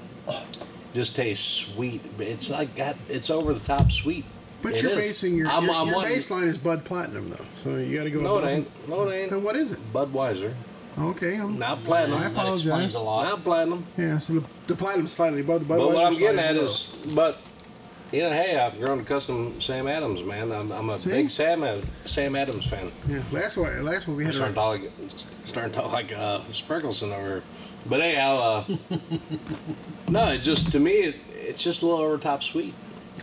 C: just tastes sweet. But It's like got it's over the top sweet.
A: but
C: It
A: you're
C: is.
A: basing your
C: I'm-
A: your,
C: I'm
A: your
C: wanting-
A: baseline is Bud Platinum though, so you got to go.
C: No, it
A: above
C: ain't. No, it ain't.
A: Then what is it?
C: Budweiser,
A: Okay, I'm,
C: not platinum.
A: I
E: That explains
A: apologize.
E: a lot.
C: Not platinum.
A: Yeah, so the, the platinum's slightly above the Budweiser.
C: but what I'm getting
A: slightly
C: at
A: below.
C: is, but you know, hey, I've grown accustomed to Sam Adams, man. I'm, I'm a
A: See?
C: big Sam Ad- Sam Adams fan.
A: yeah, last one. Last one we
C: I'm
A: had.
C: starting
A: Our,
C: to talk like starting to talk like uh, Sprinkleson over here. But anyhow, uh, no, it just to me it, it's just a little over top sweet,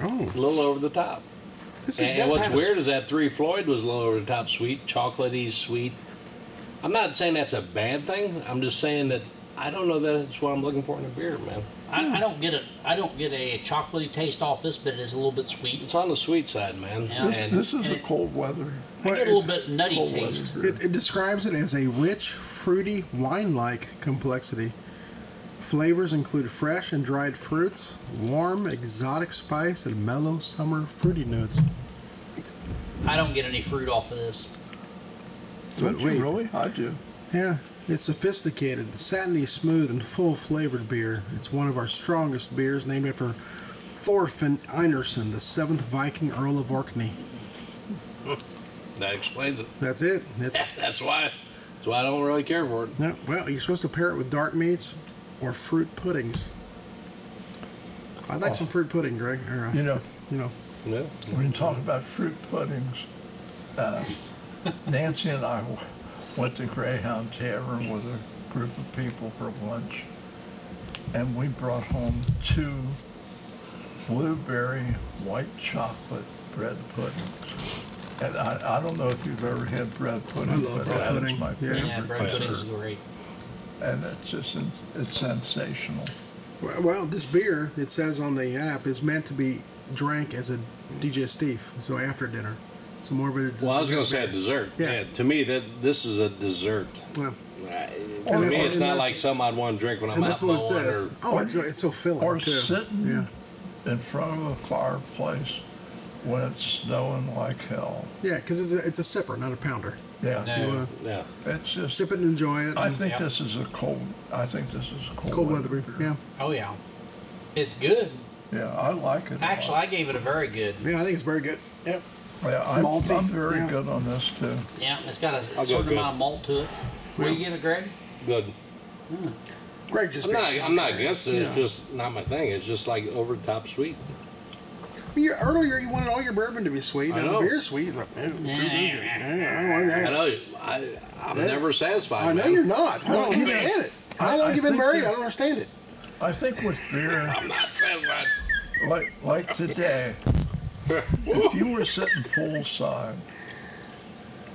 A: oh,
C: a little over the top.
A: this is
C: And, and what's weird is that Three Floyd was a little over the top sweet, chocolatey sweet. I'm not saying that's a bad thing. I'm just saying that I don't know that it's what I'm looking for in a beer, man.
A: hmm.
E: I, I don't get a I don't get a chocolatey taste off this, but it is a little bit sweet.
C: It's on the sweet side, man.
E: Yeah.
D: This,
C: And
D: this is a
E: and-
D: cold weather.
E: I
A: Well,
E: get a little bit nutty
D: Cold weather.
E: taste.
D: beer.
A: It, it describes it as a rich, fruity, wine like complexity. Flavors include fresh and dried fruits, warm, exotic spice, and mellow summer fruity notes.
E: I don't get any fruit off of this.
D: Don't
A: Wait.
D: you really? I do.
A: Yeah, it's sophisticated, satiny, smooth, and full flavored beer. It's one of our strongest beers, named after Thorfinn Einerson, the seventh Viking Earl of Orkney.
C: that explains it.
A: That's it. That's
C: That's why. That's why I don't really care for it.
A: no, well, you're supposed to pair it with dark meats or fruit puddings. I'd like some fruit pudding, Greg. Or, uh,
D: You know,
A: you know,
C: Yeah.
D: when you talk about fruit puddings, uh, Nancy and I w- went to Greyhound Tavern with a group of people for lunch, and we brought home two blueberry white chocolate bread puddings. And I, I don't know if you've ever had bread pudding,
A: I love
D: but
A: bread
D: that is
A: pudding,
D: my
A: Yeah,
E: Yeah,
D: favorite.
E: bread
C: yeah.
E: pudding's great.
D: And it's just sen- it's sensational.
A: Well, well, this beer, it says on the app, is meant to be drank as a digestif, so after dinner. So more of a
C: Well, I was gonna say a dessert.
A: Yeah.
C: Yeah. To me, that this is a dessert.
A: Well,
C: Uh,
A: and
C: to me,
A: that's-
C: it's
A: and
C: not
A: that-
C: like something I'd want to drink when I'm
A: and
C: out
A: that's what it
C: bowling or-
A: says. Oh, it's, it's so filling
D: Or
A: too.
D: sitting
A: Yeah,
D: in front of a fireplace when it's snowing like hell.
A: yeah, because it's a, it's a sipper, not a pounder.
D: Yeah,
E: No.
A: You wanna
C: Yeah.
D: it's just.
A: sip it and enjoy it.
D: I
A: and
D: think
E: Yep.
D: this is a cold. I think this is a cold,
A: cold weather beer. Yeah,
E: Oh yeah. It's good.
D: Yeah, I like it. a lot.
E: Actually I gave it a very good.
A: yeah, I think it's very good. Yep.
D: yeah, I'm,
A: malty,
D: I'm very
A: yeah.
D: good on this too.
E: Yeah, it's got a
C: go
E: certain
C: good.
E: amount of malt to it. What do you give it, Greg?
C: Good.
A: Greg just.
C: I'm not. I'm not against it. It's
A: Yeah.
C: just not my thing. It's just like over the top sweet.
A: You, earlier you wanted all your bourbon to be sweet.
C: I
A: Now the
C: know.
A: beer's sweet. It's Like, eh, eh, I don't want
C: I
A: that.
C: know. I, I'm
A: Yeah.
C: never satisfied.
A: I know
C: man.
A: you're not. I
D: Well,
A: don't
D: you
A: understand
D: know,
A: it. How
D: I-
A: long you
D: I
A: been
D: think
A: married?
D: that-
A: I don't understand it.
D: I think with beer,
C: I'm not satisfied.
D: like like today, if you were sitting poolside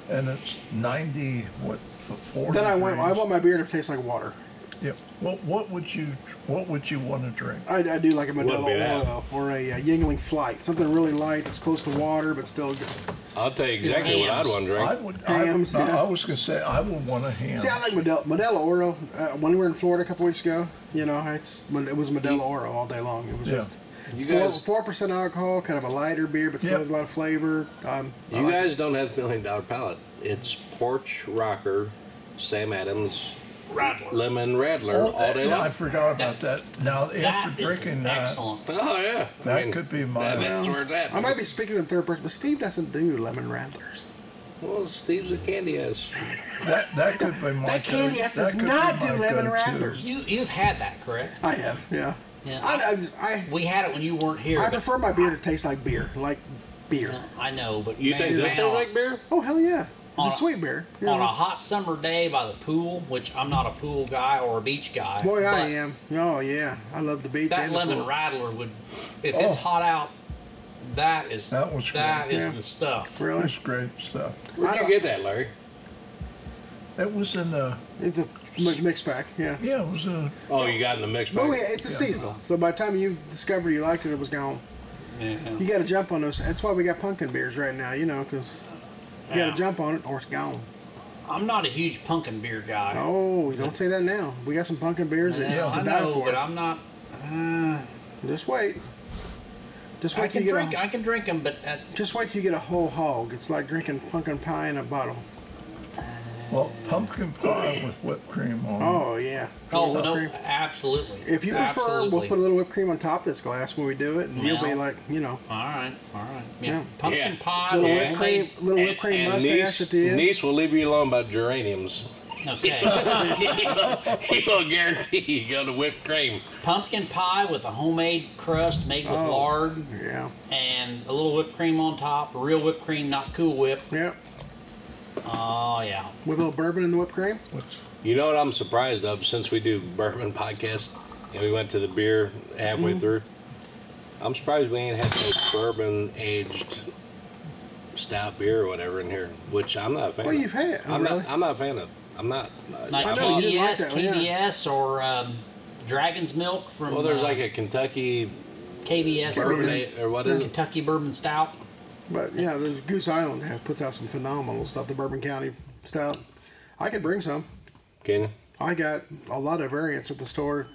D: and it's 90, what, f- 40
A: Then I want. I
D: degrees,
A: want my beer to taste like water.
D: yeah, what, what would you what would you want to drink?
A: I, I do like a Modelo
C: Wouldn't be that.
A: Oro or a uh, Yingling Flight, something really light that's close to water but still good.
C: I'll tell you exactly what I'd
E: Hams.
C: want to drink.
D: I would. I, would
A: Hams, yeah.
D: I was gonna say I would want a ham.
A: See, I like Modelo, Modelo Oro. Uh, when we were in Florida a couple weeks ago, you know, it's it was Modelo Oro all day long. It was
D: Yeah.
A: just
C: You
A: four
C: guys,
A: four percent alcohol, kind of a lighter beer, but still
D: Yeah.
A: has a lot of flavor. Um, I
C: you
A: like-
C: guys don't have million dollar palate. It's porch rocker, Sam Adams,
E: Rattler.
C: lemon rattler
D: Oh,
C: all day
D: yeah, I
C: long.
D: forgot about that. Now,
E: That
D: after
E: is
A: uh,
D: drinking that,
E: excellent.
C: Oh yeah, I
D: that
C: mean,
D: could be
C: that-
D: my.
C: that's where it's at.
A: I might be speaking in third person, but Steve doesn't do lemon rattlers.
C: Well, Steve's a candy ass.
D: That that could be my.
A: That candy
D: go-
A: ass
D: that
A: does
D: could be
A: not do
D: my
A: lemon
D: go-to.
A: rattlers.
E: You you've had that, correct?
A: I have, yeah.
E: Yeah.
A: I, I, just, I,
E: we had it when you weren't here.
A: I
E: but-
A: prefer my beer to taste like beer, like beer.
E: No, I know, but
C: You
E: man,
C: think this
E: man,
C: sounds
E: on-
C: like beer?
A: Oh hell yeah! It's
E: On
A: a
E: a-
A: sweet beer. Yeah.
E: on a hot summer day by the pool, which I'm not a pool guy or a beach guy.
A: Boy, I
E: but
A: am. Oh yeah, I love the beach.
E: That
A: and the
E: lemon
A: pool.
E: rattler would, if
D: Oh.
E: it's hot out, that is
D: That was
E: that
A: good.
E: is
A: Yeah.
E: the stuff.
A: Really?
D: That's great stuff.
A: I
C: Where'd you
A: don't-
C: get that, Larry?
D: It was in the
A: It's a mi- mixed pack. Yeah.
D: yeah, it was in. A,
C: Oh, you got in the mix.
A: But
C: bag.
A: we, it's a seasonal. So by the time you discovered you liked it, it was gone.
E: Yeah.
A: You got to jump on those. That's why we got pumpkin beers right now. You know, because you got
E: Yeah.
A: to jump on it or it's gone.
E: I'm not a huge pumpkin beer guy.
A: Oh, you don't say that now. We got some pumpkin beers that
E: Yeah,
A: to
E: I
A: die
E: know,
A: for.
E: but I'm not. Uh,
A: Just wait. Just
E: I
A: wait till
E: can
A: you
E: drink.
A: get a,
E: I can drink them, but that's
A: just wait till you get a whole hog. It's like drinking pumpkin pie in a bottle.
D: well, pumpkin pie with whipped cream on. it.
A: Oh yeah.
E: oh
A: Whipped
E: no,
A: cream.
E: absolutely.
A: If you prefer, we'll
E: Absolutely.
A: put a little whipped cream on top of this glass when we do it, and you'll be
E: Well.
A: like, you know,
E: All right, all right. Yeah,
A: Yeah.
E: pumpkin
C: Yeah.
E: pie.
A: little
E: with
A: whipped cream,
E: homemade-
A: little whipped cream
C: And
A: mustache
C: niece,
A: at the end.
C: niece will leave you alone about geraniums.
E: Okay,
C: he, will, he will guarantee you go to whipped cream.
E: pumpkin pie with a homemade crust made with
A: Oh.
E: lard
A: Yeah.
E: and a little whipped cream on top. Real whipped cream, not Cool Whip.
A: Yep.
E: Oh yeah.
A: With a little bourbon in the whipped cream.
C: You know what I'm surprised of since we do bourbon podcasts and we went to the beer halfway through. I'm surprised we ain't had no bourbon aged stout beer or whatever in here, which I'm not a fan.
A: Well,
C: of.
A: you've had. Oh,
C: I'm
A: really?
C: not. I'm not a fan of. I'm not.
E: Like
A: I know, you didn't like
E: KDS,
A: that one, yeah.
E: KDS, or um, Dragon's Milk from
C: Well, there's
E: uh,
C: like a Kentucky
E: KBS
A: Bourbon.
C: bourbon
E: bourbon,
C: or what is it?
E: Kentucky Bourbon Stout.
A: But yeah, the Goose Island has, puts out some phenomenal stuff. The Bourbon County stout. I could bring some.
C: Can you?
A: I got a lot of variants at the store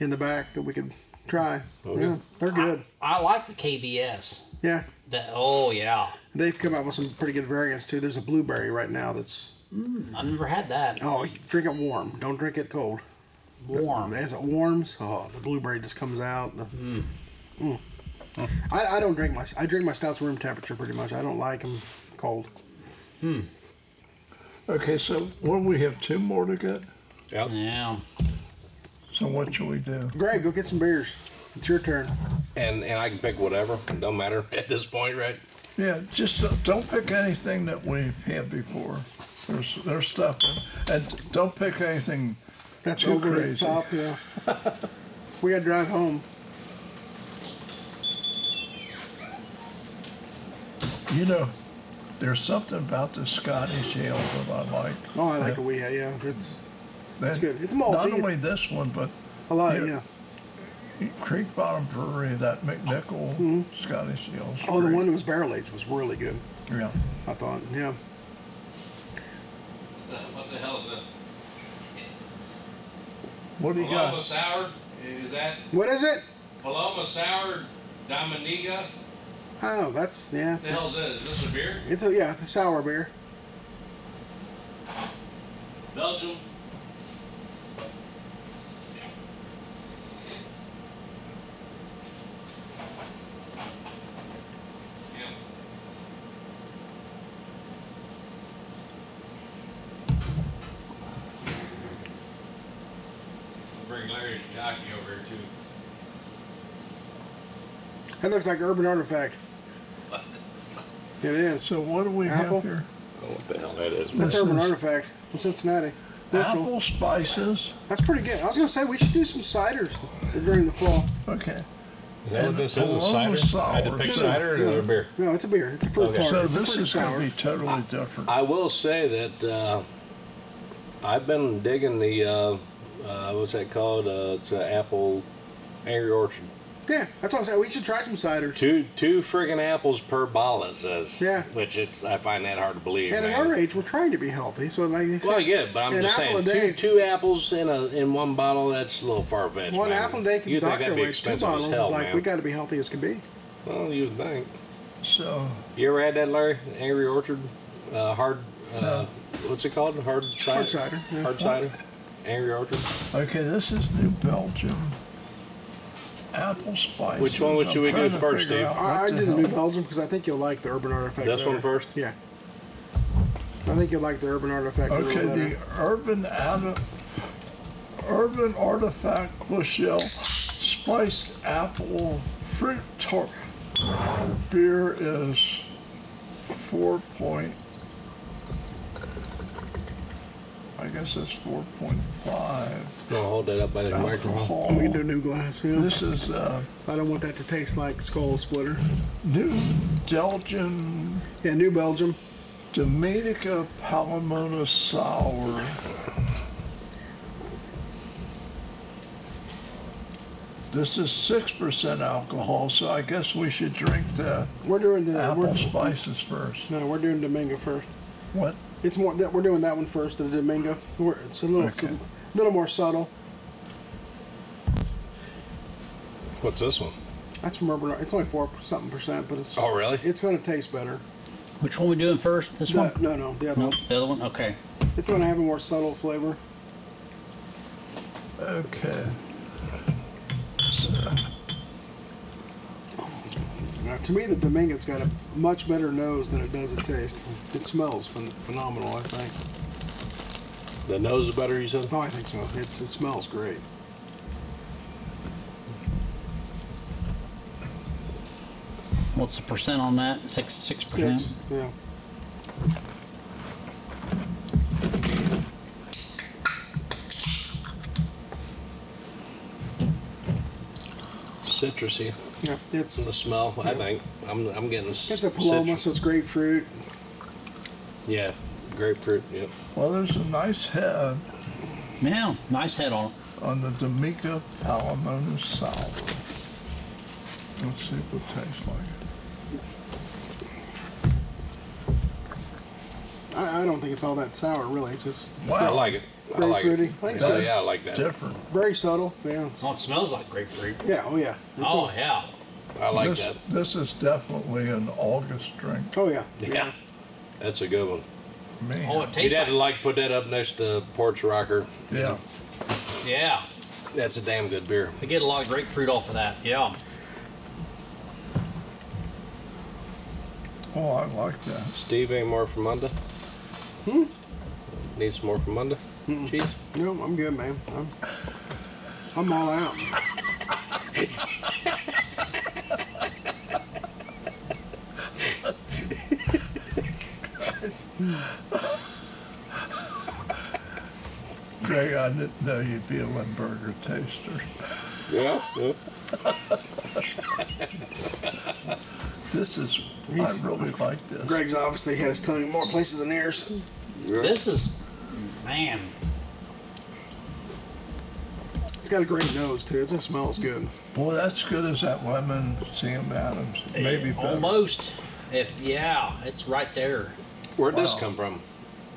A: in the back that we could try.
C: Okay.
A: Yeah, they're good.
E: I like the KBS.
A: Yeah,
E: That oh yeah,
A: they've come out with some pretty good variants too. There's a blueberry right now that's
E: I've never had that
A: oh, you drink it warm. Don't drink it cold.
E: warm.
A: As it warms, oh, the blueberry just comes out. The, Mm. I, I don't drink my I drink my stouts room temperature pretty much. I don't like them cold.
D: Okay, so what do we have? Two more to get.
C: Yep.
E: Yeah,
D: So what should we do?
A: Greg, go get some beers. It's your turn.
C: And and I can pick whatever. It don't matter at this point, right?
D: Yeah, just don't- don't pick anything that we've had before. There's there's stuff, in, and don't pick anything.
A: That's
D: Too
A: over the
D: crazy.
A: top. Yeah. we got to drive home.
D: You know, there's something about the Scottish ale that I like.
A: Oh, I like
D: Yeah.
A: a wee. Yeah, it's
D: That's
A: good. It's malty.
D: Not only
A: It's-
D: this one, but
A: a lot. Yeah.
D: Yeah. Creek Bottom Brewery, that McNichol Scottish ale. is
A: Mm-hmm. Oh, the
D: great.
A: one that was barrel aged was really good.
D: Yeah.
A: I thought. Yeah.
C: What the hell is that?
D: What do you got?
C: sour? Is that
A: What is it?
C: Paloma sour Dominica?
A: Oh, that's yeah.
C: The hell's that? Is this a beer?
A: It's a yeah. It's a sour beer.
C: Belgium. Bring Larry's jockey over here too.
A: That looks like Urban Artifact. It is.
D: So what do we
A: Apple?
D: have here?
C: Oh, what the hell that is?
A: That's
D: This
A: Urban
D: is
A: Artifact in Cincinnati. Bushel.
D: Apple spices.
A: That's pretty good. I was gonna say we should do some ciders during the fall.
D: Okay.
C: Is that what
D: And
C: this is? A
D: Paloma
C: cider? I had to
D: sour,
C: pick
D: too.
C: cider or a beer?
A: No, it's a beer. It's a fruit
C: Okay.
A: sour.
D: So
A: it's a
D: this
A: fruit
D: is
A: sour.
D: going to be totally different.
C: I will say that uh, I've been digging the uh, uh, what's that called? Uh, it's an apple angry orchard.
A: Yeah, that's what I'm saying. We should try some ciders.
C: Two two friggin' apples per bottle. It says.
A: Yeah.
C: Which it, I find that hard to believe.
A: And at
C: man.
A: our age, we're trying to be healthy. So like you said,
C: well, yeah, but I'm
A: An
C: just
A: apple a
C: saying, two
A: day.
C: two apples in a in one bottle. That's a little far fetched.
A: one apple a day can
C: You'd think
A: doctor
C: that'd be
A: away. Two
C: expensive as
A: bottles
C: hell,
A: is like
C: man.
A: we got to be healthy as can be.
C: well, you would think.
D: So
C: You ever had that, Larry? Angry Orchard, uh, hard. Uh, what's it called? Hard cider.
A: Hard cider, yeah.
C: Hard cider. Angry Orchard.
D: Okay, this is New Belgium. Apple spice.
C: Which one would- should we do first, Steve?
A: I, I do the New Belgium because I think you'll like the Urban Artifact.
C: This
A: better.
C: one first?
A: Yeah. I think you'll like the Urban Artifact a
D: Okay,
A: little better.
D: the urban ad- urban artifact bushel spiced apple fruit tart beer is four point. I guess it's four point five
C: Don't hold that up by the microphone.
D: alcohol.
A: we can do new glass. Yeah.
D: This is uh,
A: I don't want that to taste like Skull Splitter.
D: New Belgian
A: Yeah, New Belgium.
D: Dominica Palomona Sour. This is six percent alcohol, so I guess we should drink the
A: We're doing the
D: apple
A: we're,
D: spices first.
A: no, we're doing Domingo first.
D: What?
A: It's more that we're doing that one first than Domingo. We're, it's a little
D: Okay.
A: a little more subtle.
C: What's this one?
A: That's from Urban. Ar- It's only four something percent, but it's
C: Oh, really?
A: it's going to taste better.
F: Which one we doing first? This
A: The,
F: one?
A: no, no, the other
F: Nope.
A: one.
F: The other one? Okay.
A: It's going to have a more subtle flavor.
D: Okay.
A: Now, to me, the Domingo's got a much better nose than it does a taste. It smells phen- phenomenal. I think.
C: The nose is better, you said?
A: Oh, I think so. It's it smells great.
F: What's the percent on that? Six, six percent.
A: Six. Yeah.
C: Citrusy.
A: Yeah.
C: The
A: It's
C: smell, I think. I'm, I'm getting s-
A: it's a Paloma,
C: citrus.
A: so it's grapefruit.
C: Yeah. Grapefruit. Yep.
D: Well, there's a nice head
F: Yeah, nice head on it.
D: on the Dominica Palomona Sour. Let's see what it tastes like.
A: I, I don't think it's all that sour, really. It's just
C: I
D: Wow,
C: like it. I like it.
A: Grapefruity. Thanks,
C: Oh,
A: man.
C: yeah, I like that.
D: different.
A: very subtle. Yeah. It's,
E: Oh, it smells like grapefruit.
A: yeah. Oh yeah. It's
E: oh,
A: a-
E: yeah.
C: I like
D: this,
C: that.
D: this is definitely an August drink.
A: oh yeah.
C: Yeah. That's a good one.
D: Man.
E: Oh, it
C: You'd
E: tastes
C: have to
E: like.
C: like put that up next to Porch Rocker.
D: yeah.
E: Yeah.
C: That's a damn good beer.
E: I get a lot of grapefruit off of that. Yeah.
D: Oh, I like that.
C: Steve, any more from Monday? Hmm? Need some more from Monday? Cheese?
A: No, I'm good, man. I'm, I'm all out.
D: Greg, I didn't know you'd be a Limburger taster.
C: Yeah. yeah.
D: This is,
A: He's-
D: I really like this.
A: Greg's obviously had his tongue in more places than theirs.
E: This is, man,
A: It's got a great nose too. It just smells good.
D: Boy, that's good as that lemon Sam Adams. Maybe
E: eh,
D: better.
E: almost. If yeah, it's right there.
C: Where'd this
D: Wow.
C: come from?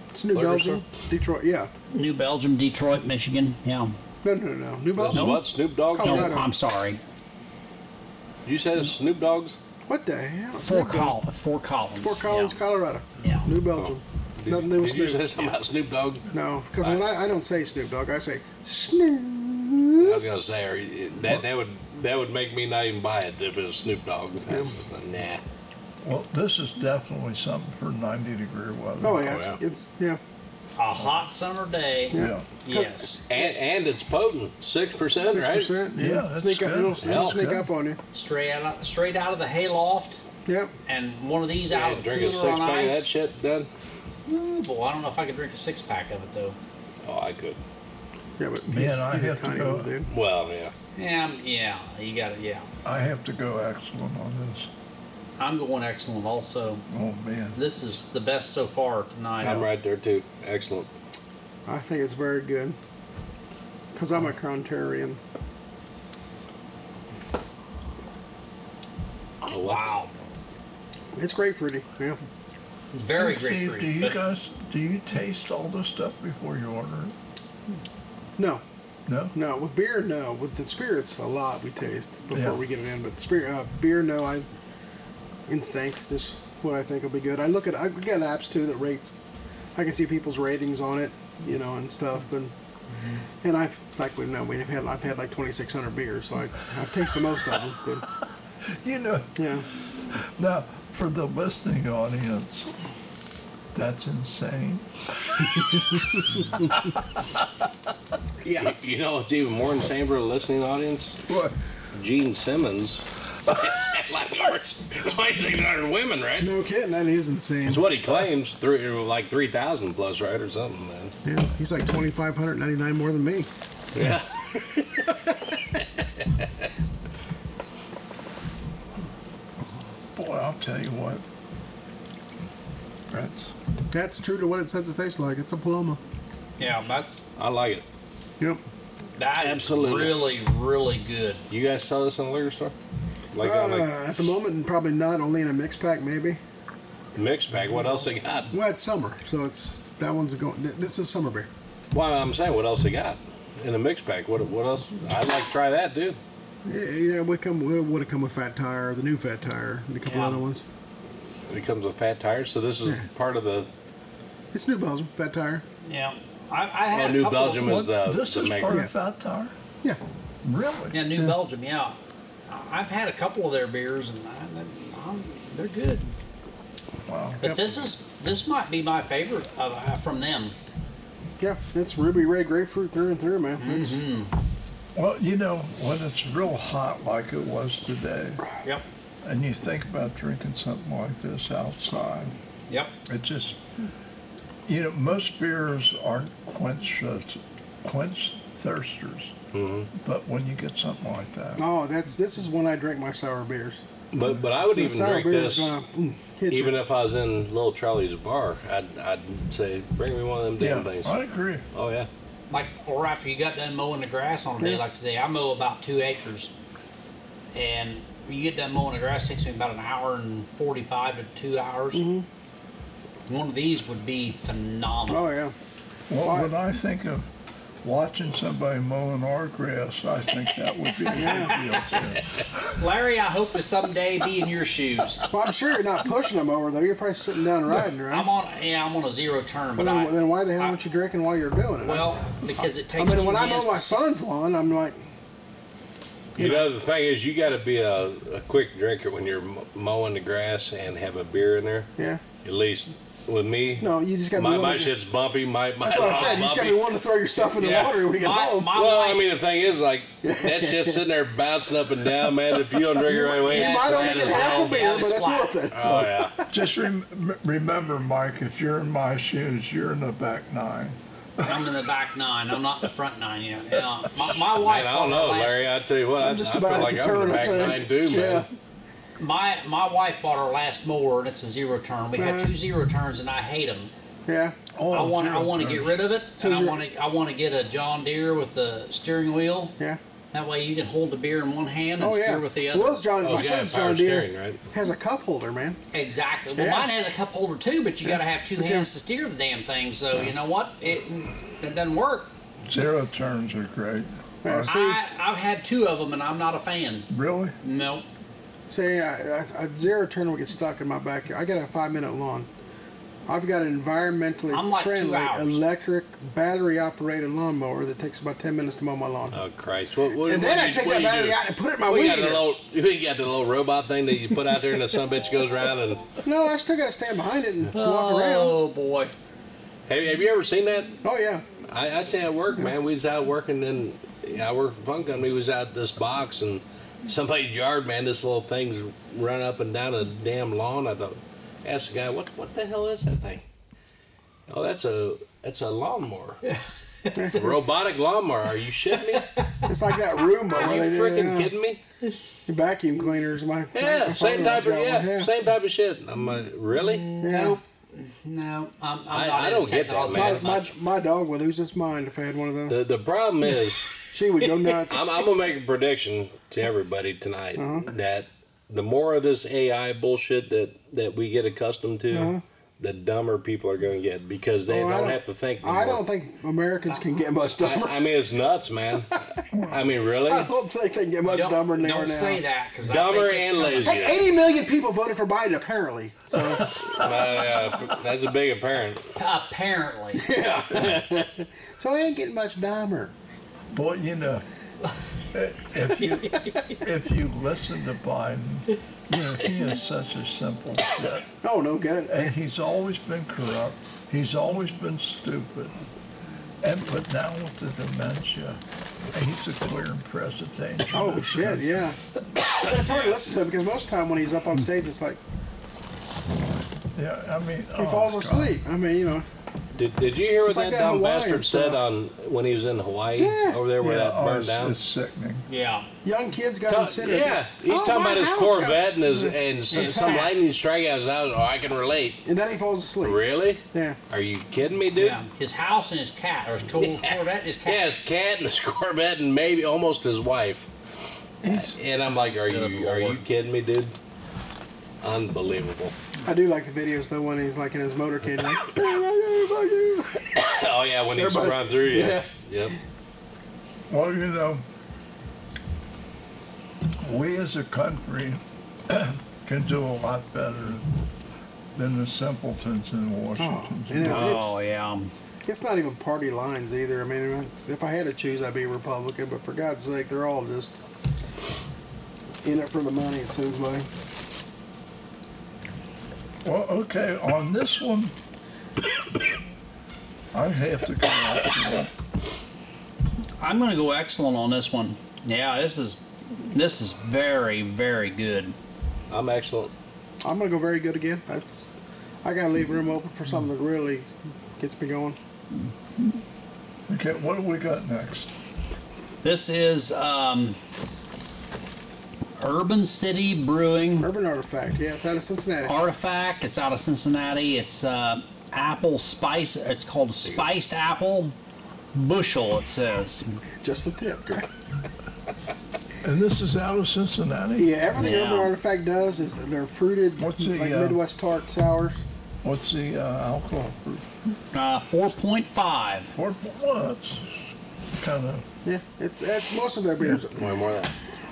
A: It's New
C: Flavor,
A: Belgium, Detroit. Yeah.
F: New Belgium, Detroit, Michigan. Yeah.
A: No, no, no. New
C: This is
A: Belgium.
C: what? Snoop Dogg's?
F: No,
A: Colorado.
F: I'm sorry.
C: You said it's Snoop Dogg's?
A: What the hell? It's
F: Four
A: New Bel-
F: col- four columns.
A: Fort Collins, Colorado.
F: Yeah. yeah.
A: New Belgium.
C: Did,
A: Nothing new with
C: did you
A: Snoop.
C: say something about Snoop Dogg?
A: No, because when I, I don't say Snoop Dogg, I say Snoop.
C: I was gonna say, are you, that that would that would make me not even buy it if it was Snoop Dogg. I was just like, nah.
D: Well, this is definitely something for 90 degree weather.
A: Oh yeah,
C: yeah.
A: it's, it's yeah.
E: A hot summer day.
D: Yeah.
E: Yes,
C: And and it's potent, six percent,
A: Six
C: right?
A: percent.
D: Yeah,
A: Yeah.
D: that's
A: Sneak up.
D: good.
A: It'll, it'll
C: Hell,
A: sneak
D: good.
A: up on you.
E: straight out, straight out of the hayloft,
A: Yep.
E: and one of these out
C: Yeah,
E: of the
C: drink a
E: cooler
C: six
E: on
C: pack of that
E: ice.
C: shit, done.
E: Ooh, boy, I don't know if I could drink a six pack of it though.
C: Oh, I could.
A: Yeah, but
D: Man,
A: he's,
D: I
A: he's a
D: have to
A: tiny
D: go.
A: little dude.
C: Well, yeah.
E: Yeah, I'm- yeah, you got it. Yeah,
D: I have to go excellent on this.
E: I'm going excellent. Also,
D: Oh, man.
E: this is the best so far tonight.
C: I'm right there too. Excellent.
A: I think it's very good. Cause I'm a contrarian.
C: Oh,
E: Wow,
A: It's grapefruity. Yeah.
E: very
D: Steve,
E: grapefruit.
D: do you
E: but
D: guys, do you taste all this stuff before you order it?
A: No,
D: No?
A: no. With beer, no. With the spirits, a lot we taste before
D: Yeah.
A: we get it in. But spirit, uh, beer, no. I instinct. Just what I think will be good. I look at. I got apps too that rates. I can see people's ratings on it, you know, and stuff. And and I've like we've known we've had I've had like 2,600 beers, so I I've tasted most of them. But
D: You know,
A: yeah,
D: now for the listening audience, that's insane.
A: yeah.
C: You know what's even more insane for the listening audience?
D: What?
C: Gene Simmons. had like over 2,600 women, right?
A: No kidding, that is insane.
C: It's what he claims, three like 3,000 plus, right, or something, man.
A: Yeah, he's like 2,599 more than me.
C: Yeah.
D: Boy, I'll tell you what. That's
A: That's true to what it says it tastes like. It's a Paloma.
E: Yeah, that's
C: I like it.
A: Yep.
E: that is
C: Absolutely.
E: really really good.
C: You guys sell this in the liquor store? Like on a
A: Uh, at the moment, probably not. Only in a mixed pack, maybe.
C: mixed bag. What else they got?
A: Well, it's summer, so it's that one's going. Th- this is summer beer.
C: Well, I'm saying, what else they got in a mixed bag? What what else? I'd like to try that, dude.
A: Yeah, yeah would come would would have come with Fat Tire, the new Fat Tire, and a couple
E: Yeah.
A: other ones.
C: It comes with fat tires, so this is
A: Yeah.
C: part of the.
A: It's New Belgium Fat Tire.
E: Yeah, I, I had
C: Oh,
E: a
C: New
E: couple of-
C: Belgium is the,
D: What? this
C: the
D: is
C: maker.
D: part
A: Yeah.
D: of Fat Tire.
A: Yeah.
D: Really?
E: Yeah, New
A: Yeah.
E: Belgium. Yeah, I- I've had a couple of their beers, and I, I, they're good.
D: Wow.
E: But this is this might be my favorite of, uh, from them.
A: Yeah, it's ruby red grapefruit through and through, man. It's,
E: Mm-hmm.
D: Well, you know, when it's real hot like it was today,
E: Yep.
D: and you think about drinking something like this outside,
E: Yep.
D: it just, you know, most beers aren't quench quench thirsters,
C: Mhm.
D: but when you get something like
C: Mm-hmm.
D: that,
A: Oh, that's this is when I drink my sour beers.
C: But but I would
A: The
C: even
A: sour
C: drink
A: beer
C: this.
A: is gonna mm, hit
C: Even
A: you.
C: if I was in Little Charlie's bar, I'd, I'd say, bring me one of them damn
D: yeah,
C: things.
D: I agree.
C: Oh, yeah.
E: Like or after you got done mowing the grass on a day like today, I mow about two acres, and you get done mowing the grass takes me about an hour and forty five to two hours.
A: Mm-hmm.
E: One of these would be phenomenal.
A: Oh yeah,
D: Well,
A: Why?
D: when I think of watching somebody mowing our grass, I think that would be a good deal too.
A: Oh.
E: Larry, I hope to someday be in your shoes.
A: well I'm sure you're not pushing them over though. You're probably sitting down riding, right?
E: I'm on yeah, I'm on a zero turn,
A: well,
E: but
A: then,
E: I,
A: then why the hell
E: I-
A: aren't you drinking while you're doing it?
E: well because it
A: I
E: takes.
A: mean,
E: two
A: when I'm
E: hands
A: on
E: to
A: my son's lawn, I'm like,
C: You know, the thing is, you got to be a, a quick drinker when you're m- mowing the grass and have a beer in there.
A: yeah,
C: At least with me.
A: no, you just got to be
C: My,
A: willing
C: my
A: to-
C: shit's bumpy. My, my
A: That's what I
C: law's
A: said. You just got to
C: bumpy.
A: be willing to throw yourself in the
C: Yeah.
A: water when you get
E: My-
A: home.
E: my
C: Well,
E: wife-
C: I mean, the thing is, like, that shit's sitting there bouncing up and down, man. If you don't drink it right away,
A: you
E: Yeah,
C: it's
A: might
E: it's
A: only
C: flat
A: get
C: as
A: half
C: hell.
A: a beer,
E: Yeah,
A: but
E: it's
A: that's
E: flat.
A: worth it.
C: Oh, yeah.
D: Just rem- remember, Mike, if you're in my shoes, you're in the back nine.
E: I'm in the back nine. I'm not in the front nine. You know, You know, my, my wife.
C: Man, I don't
E: bought
C: know,
E: our last,
C: Larry. I tell you what, I,
A: I'm just
C: I
A: about
C: feel
A: at
C: like
A: the
C: I'm in
A: turn,
C: the
A: I
C: back
A: think.
C: nine too, man.
E: My my wife bought our last mower, and it's a zero turn. We
A: Uh-huh.
E: have two zero turns, and I hate them.
A: Yeah,
D: Oh,
E: I want I
D: zero
E: want to
D: turns.
E: get rid of it.
A: So
E: and
A: is
E: I
A: your-
E: want to I want to get a John Deere with the steering wheel.
A: yeah.
E: That way you can hold the beer in one hand and
A: Oh yeah.
E: steer with the other.
A: Will's John,
C: Oh,
A: my
C: it's got
A: son's
C: power
A: John Deere
C: steering, right?
A: has a cup holder, man.
E: exactly. Well,
A: Yeah.
E: mine has a cup holder too, but you got to have two
A: Yeah.
E: hands to steer the damn thing. So you know what? It it doesn't work.
D: Zero turns are great.
A: Uh, see,
E: I, I've had two of them, and I'm not a fan.
D: Really?
E: Nope.
A: see, I, I, uh, a zero turn will get stuck in my backyard. I got a five minute lawn. I've got an environmentally
E: I'm like two
A: friendly
E: hours.
A: electric battery operated lawnmower that takes about ten minutes to mow my lawn.
C: Oh Christ! What, what,
A: and
C: what
A: then
C: do
A: I
C: you-
A: take
C: what
A: that
C: do you
A: battery
C: do?
A: out and put it in my
C: We
A: weed
C: got the
A: eater.
C: little, we got the little robot thing that you put out there, and the son bitch goes around. And
A: No, I still got to stand behind it and walk around.
E: Oh boy.
C: have, have you ever seen that?
A: Oh yeah.
C: I, I see at work, man. We was out working, and I worked for fun company. We was out this box, and somebody's yard, man. This little thing's run up and down a damn lawn. I thought, asked the guy, what what the hell is that thing? Oh, that's a that's a lawnmower, robotic lawnmower. Are you shitting me?
A: It's like that Roomba.
C: Are you
A: where they-
C: freaking
A: yeah.
C: kidding me?
A: Vacuum cleaners, my my-
C: Yeah,
A: my
C: same
A: father-in-law's
C: type of
A: got
C: yeah,
A: one, yeah. Mm.
C: same type of shit. I'm like, really?
A: Yeah.
E: Nope. No, I'm, I'm
C: I-
E: not
C: I
E: into
C: don't get that,
E: technology
A: My,
C: man.
E: that
A: my,
E: much.
A: my dog would lose its mind if I had one of those.
C: The the problem is.
A: She would go nuts.
C: I'm, I'm gonna make a prediction to everybody tonight
A: Uh-huh.
C: that the more of this AI bullshit that that we get accustomed to,
A: Uh-huh.
C: the dumber people are going to get because they
A: Oh, I
C: don't,
A: don't-
C: have to think.
A: I
C: anymore.
A: don't think Americans can get much dumber.
C: I, I mean, it's nuts, man. I mean, really?
A: I don't think they can get much
E: Don't,
A: dumber than they are
E: don't
A: now.
E: say that because
C: Dumber
E: I think it's
C: and
E: coming.
C: lazy.
A: Hey, 80 million people voted for Biden, apparently.
C: Uh, yeah, that's a big apparent.
E: Apparently,
A: So they ain't getting much dumber.
D: Boy, you know, eh, if you if you listen to Biden, you know, he is such a simple shit.
A: Oh, no good.
D: And he's always been corrupt. He's always been stupid. And but now with the dementia, he's a clear and present danger.
A: Oh, shit, yeah. But it's hard to listen to him because most of the time when he's up on stage, it's like
D: Yeah, I mean, oh,
A: he falls asleep. I mean, you know.
C: Did, did you hear what
A: It's like
C: that,
A: that
C: dumb
A: Hawaiian
C: bastard said
A: stuff.
C: on when he was in Hawaii
A: Yeah.
C: over there
D: Yeah,
C: where that
D: oh,
C: burned
D: it's,
C: down?
D: it's sickening.
E: yeah.
A: Young kids got
C: Ta-
A: incentive.
C: yeah, he's
A: Oh,
C: talking
A: my
C: about his
A: house
C: Corvette
A: got-
C: and his and some,
A: His
C: some
A: hat.
C: lightning strikeouts. and I was, oh, I can relate.
A: And then he falls asleep.
C: Really?
A: Yeah.
C: Are you kidding me, dude?
E: Yeah. His house and his cat, or his cool Corvette and his cat.
C: Yeah, his cat and his Corvette and maybe almost his wife.
D: He's,
C: And I'm like, are
B: Good
C: you are you
B: Lord.
C: kidding me, dude? Unbelievable.
A: I do like the videos, though, when he's like in his motorcade. Like,
C: Oh yeah, when he's
A: Everybody-
C: run through you.
A: Yeah.
C: Yep.
D: well, you know, we as a country can do a lot better than the simpletons in
A: oh,
D: Washington.
A: and it-
F: Oh,
A: it's,
F: yeah.
A: It's not even party lines either. I mean, it's- if I had to choose, I'd be a Republican. But for God's sake, they're all just in it for the money. It seems like.
D: Well, okay, on this one, I have to go out. to-
F: I'm going to go excellent on this one. Yeah, this is this is very very good.
C: I'm excellent.
A: I'm gonna go very good again. That's. I gotta leave room open for something that really gets me going.
D: Okay, what do we got next?
F: This is um, Urban City Brewing
A: Urban artifact. Yeah, it's out of Cincinnati.
F: Artifact. It's out of Cincinnati. It's uh, apple spice. It's called spiced apple bushel. It says.
A: Just the tip. Greg.
D: And this is out of Cincinnati?
A: Yeah, everything
F: Yeah.
A: Urban artifact does is they're fruited,
D: What's the,
A: like
D: uh,
A: Midwest tart sours.
D: What's the uh, alcohol?
F: Uh, 4.5.
D: What, what's kind of,
A: Yeah, it's it's most of their beers.
C: Way more than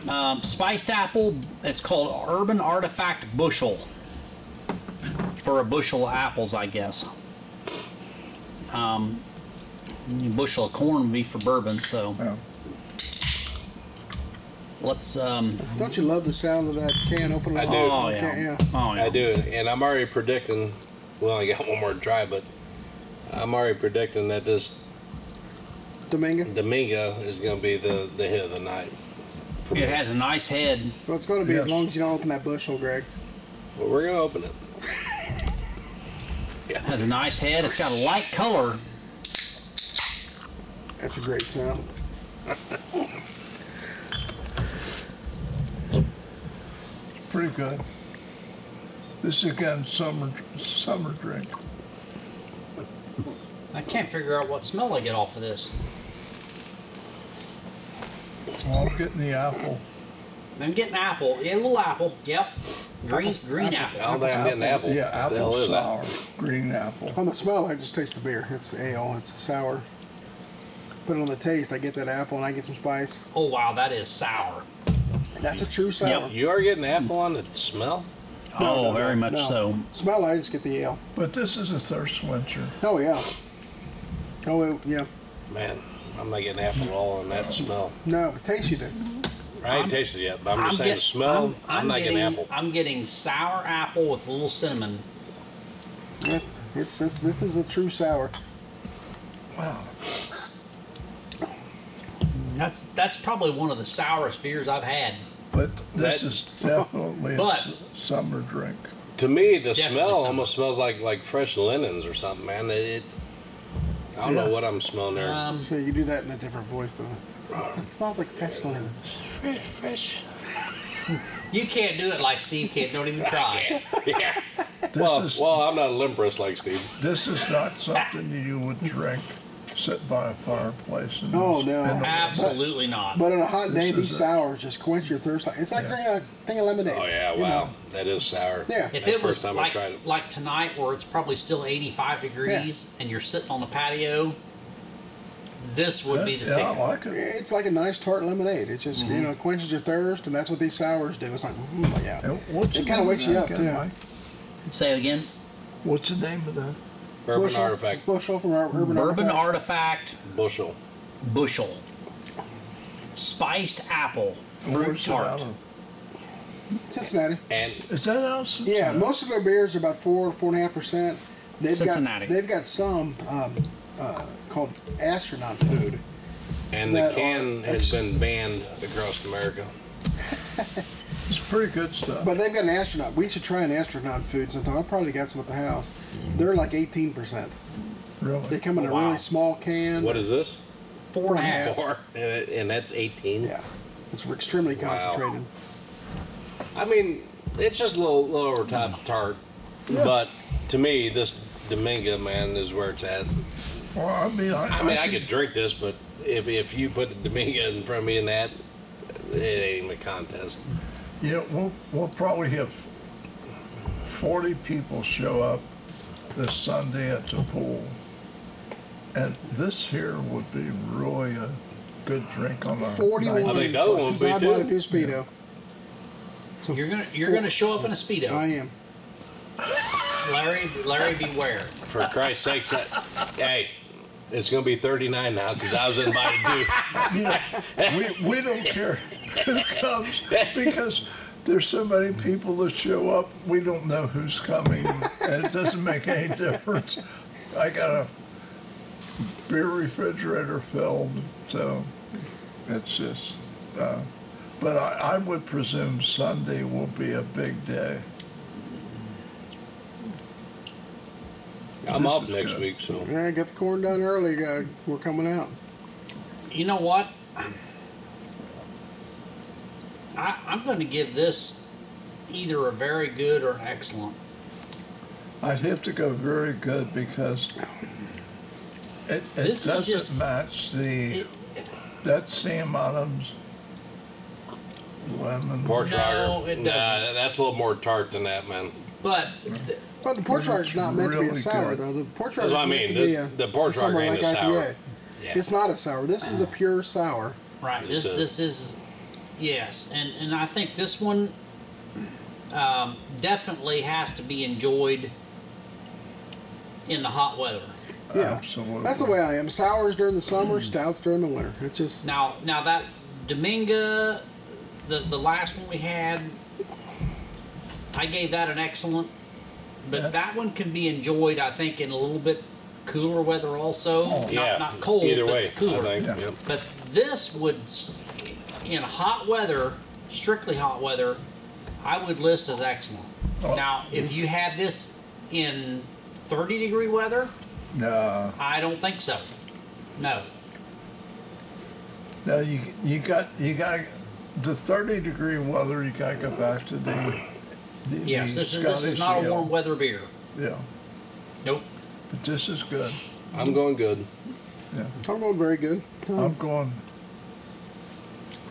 C: that.
F: Um, spiced apple, it's called Urban Artifact Bushel. For a bushel of apples, I guess. Um, a bushel of corn would be for bourbon, so
D: yeah.
F: let's. Um,
A: Don't you love the sound of that can opening?
C: I do.
F: oh,
A: Okay,
F: yeah.
A: yeah.
F: oh, yeah.
C: I do, and I'm already predicting. Well, I got one more try, but I'm already predicting that this
A: Domingo.
C: Domingo is going to be the the hit of the night.
F: It has a nice head.
A: Well, it's going to be as
D: Yes.
A: long as you don't open that bushel, Greg.
C: Well, we're going to open it.
F: has a nice head. It's got a light color.
A: That's a great sound.
D: pretty good. This is again summer, summer drink.
E: I can't figure out what smell I get off of this.
D: Well, I'm getting the apple.
E: I'm getting apple. Yeah, a little apple. Yep. Green, green apple.
C: I don't think I'm getting apple.
D: Yeah,
C: What the hell
D: apple
C: is that?
D: sour, green apple.
A: On the smell, I just taste the beer. It's ale. It's sour. But on the taste, I get that apple and I get some spice.
E: Oh wow, that is sour.
A: That's a true sour.
F: Yep.
C: You are getting apple on the smell.
F: oh,
A: no,
F: very
A: no,
F: much
A: no.
F: so.
A: Smell, I just get the ale.
D: But this is a thirst quencher.
A: Oh yeah. Oh it, yeah.
C: Man, I'm not getting apple at all on that smell.
A: No, but taste you do.
C: I ain't tasted it yet, but I'm, just saying
E: get-
C: the smell.
E: I'm-
C: I'm,
E: I'm
C: not getting,
E: getting
C: apple.
E: I'm getting sour apple with a little cinnamon.
A: It, it's this. This is a true sour.
D: Wow.
E: That's that's probably one of the sourest beers I've had.
D: But this
C: That-
D: is definitely a
E: But-
D: s- summer drink.
C: To me, the
E: Definitely
C: smell
E: something.
C: almost smells like like fresh linens or something, man. It. it- I don't
D: Yeah.
C: know what I'm smelling there.
E: Um,
A: So you do that in a different voice though. It's- It smells like Tesla.
C: fresh, fresh.
E: you can't do it like Steve can. Don't even try.
C: yeah.
D: This
C: Well,
D: is
C: well, I'm not a limperous like Steve.
D: this is not something you would drink sit by a fireplace and
A: Oh,
D: just
A: no.
D: spend a-
E: Absolutely not.
A: But on a hot day,
D: This
A: these
D: is a-
A: sours just quench your thirst. Like- It's like
D: Yeah.
A: drinking a thing of lemonade.
C: Oh yeah,
A: you know?
C: wow, that is sour.
A: Yeah.
E: If
C: That's
E: it
C: the
E: was
C: first time I
E: like
C: tried it.
E: like tonight, where it's probably still 85 degrees, and you're sitting on the patio, this would be the
D: Yeah,
E: ticket.
D: I like it.
A: It's like a nice tart lemonade. It just
C: Mm-hmm.
A: you know quenches your thirst, and that's what these sours do. It's like, mm, yeah,
D: And What's
A: It
D: the
A: kinda
D: name
A: wakes you
D: that
A: up,
D: again,
A: too.
D: Mike?
F: Say again.
D: What's the name of that?
C: Bourbon
A: bushel,
C: artifact,
A: bushel from our urban,
F: Bourbon
A: artifact.
F: artifact
C: bushel.
F: bushel. Spiced apple fruit
D: Where's it out
F: tart.
D: of?
A: Cincinnati.
C: And
D: Is that out of
A: Yeah,
D: Cincinnati?
A: most of their beers are about four four and a half percent. They've
F: Cincinnati.
A: got they've got some um, uh, called astronaut food.
C: and the
A: That
C: can
A: are
C: has
A: ex-
C: been banned across America.
D: It's pretty good stuff.
A: But they've got an astronaut. We should try an astronaut food sometime. I probably got some at the house.
C: Mm.
A: They're like eighteen percent. They
D: Really?
A: come in
E: Oh,
A: a
E: wow.
A: really small can.
C: What is this?
E: Four and a half.
C: Four, and, and that's eighteen.
A: Yeah, it's extremely
C: Wow.
A: concentrated.
C: I mean, it's just a little, little over top tart, but to me, this Dominga man is where it's at.
D: Well, I mean, I,
C: I mean, I could drink this, but if, if you put the Dominga in front of me in that, it ain't even a contest.
D: You know, we'll, we'll probably have 40 people show up this Sunday at the pool. And this here would be really a good drink on our
A: Forty-one.
D: night.
C: I think that one would
A: bushels.
C: be
A: I
C: too.
A: bought a new speedo. So
E: You're gonna you're
A: four-
E: gonna show up in a speedo,
A: I am.
E: Larry. Larry, beware.
C: For Christ's sakes, that, hey, it's gonna be thirty nine now because I was invited to.
D: You know, we, we don't care who comes because there's so many people that show up. We don't know who's coming, and it doesn't make any difference. I got a beer refrigerator filled, so it's just. Uh, but I, I would presume Sunday will be a big day.
C: I'm
D: This
C: off
D: is
C: next
D: good.
C: week, so
A: Yeah, get the corn done early. Uh, we're coming out.
E: You know what? I, I'm going to give this either a very good or an excellent.
D: I'd have to go very good because it, it
E: This is
D: doesn't
E: just-
D: match the
E: It-
D: that Sam Adams lemon.
C: porch
E: No,
C: rocker.
E: it
C: nah,
E: doesn't.
C: that's a little more tart than that, man.
E: But th-
A: Well, the porch
D: Well,
A: rock is not meant to be a
D: really
A: sour,
D: good.
A: though. The porch rock
C: That's
A: is
C: what I
A: meant
C: mean.
A: to be a,
C: The, the porch rocker
A: somewhere
C: ain't
A: like
C: a sour.
A: IPA.
C: Yeah.
A: It's not a sour. This is a pure sour.
E: right, this
C: It's a-
E: this is yes, and and I think this one um, definitely has to be enjoyed in the hot weather.
A: Yeah,
D: Absolutely.
A: that's the way I am. Sours during the summer, stouts during the winter. It's just
E: Now now that Dominga, the the last one we had, I gave that an excellent, but
D: Yeah.
E: that one can be enjoyed I think in a little bit cooler weather also. not,
C: Oh, yeah.
E: not cold,
C: Either
E: but
C: way,
E: cooler.
C: I think.
D: Yeah.
C: Yep.
E: But this would, s- in hot weather, strictly hot weather, I would list as excellent.
C: Oh.
E: Now, if you had this in 30 degree weather,
D: No,
E: I don't think so. No.
D: no, you you got you got the thirty degree weather. You got to go back to the. the
E: Yes,
D: the
E: this is this is
D: Scottish
E: not a
D: ale.
E: warm weather beer.
D: Yeah,
E: Nope.
D: but this is good.
C: I'm going good.
A: I'm going very good. Um,
D: I'm going.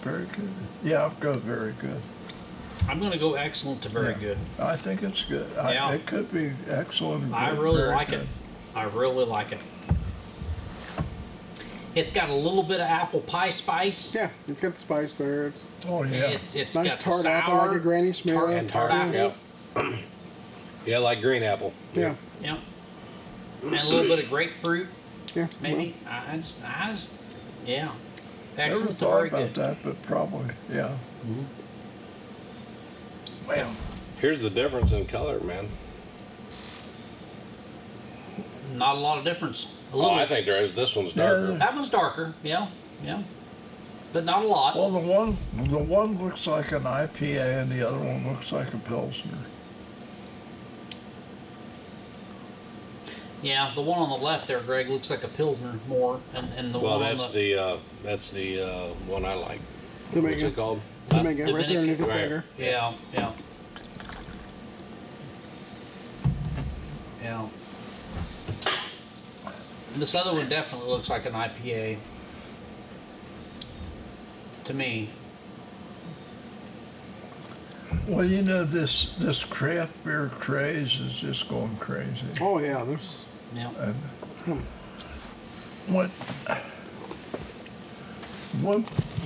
D: Very good. Yeah, I've got very good.
E: I'm going to go excellent to very
D: Yeah.
E: good.
D: I think it's good. I,
E: Yeah.
D: It could be excellent.
E: I
D: good,
E: really
D: very
E: like
D: good.
E: it. I really like it. It's got a little bit of apple pie spice.
A: yeah, it's got the spice there.
D: Oh yeah.
E: It's it's
A: nice
E: got the
A: tart apple,
E: sour.
A: like a Granny Smith.
E: tart-
C: And tart
E: apple.
C: Yep. yeah, like green apple.
A: yeah,
E: Yep. And a little bit of grapefruit,
A: yeah.
E: maybe. I, just, I just, yeah.
D: Never
E: Excellent,
D: thought
E: very
D: about
E: good.
D: that, but probably yeah.
E: Mm-hmm.
D: Well,
C: Here's the difference in color, man.
E: Not a lot of difference. A
C: Oh,
E: little.
C: I think there is. This one's
D: Yeah.
C: darker.
E: that one's darker. Yeah, yeah. But not a lot.
D: Well, the one the one looks like an IPA and the other one looks like a pilsner.
E: yeah, the one on the left there, Greg, looks like a pilsner more, and, and the
C: Well,
E: one on
C: that's
E: the,
C: the uh, that's the uh, one I like. What's
A: Domingo,
C: it called?
A: Domingo, right there
E: Dominican.
A: underneath the
C: Right.
A: finger.
E: yeah, yeah, yeah. This other one definitely looks like an IPA to me.
D: Well, you know this this craft beer craze is just going crazy.
A: Oh yeah, there's
E: Yeah.
D: And what what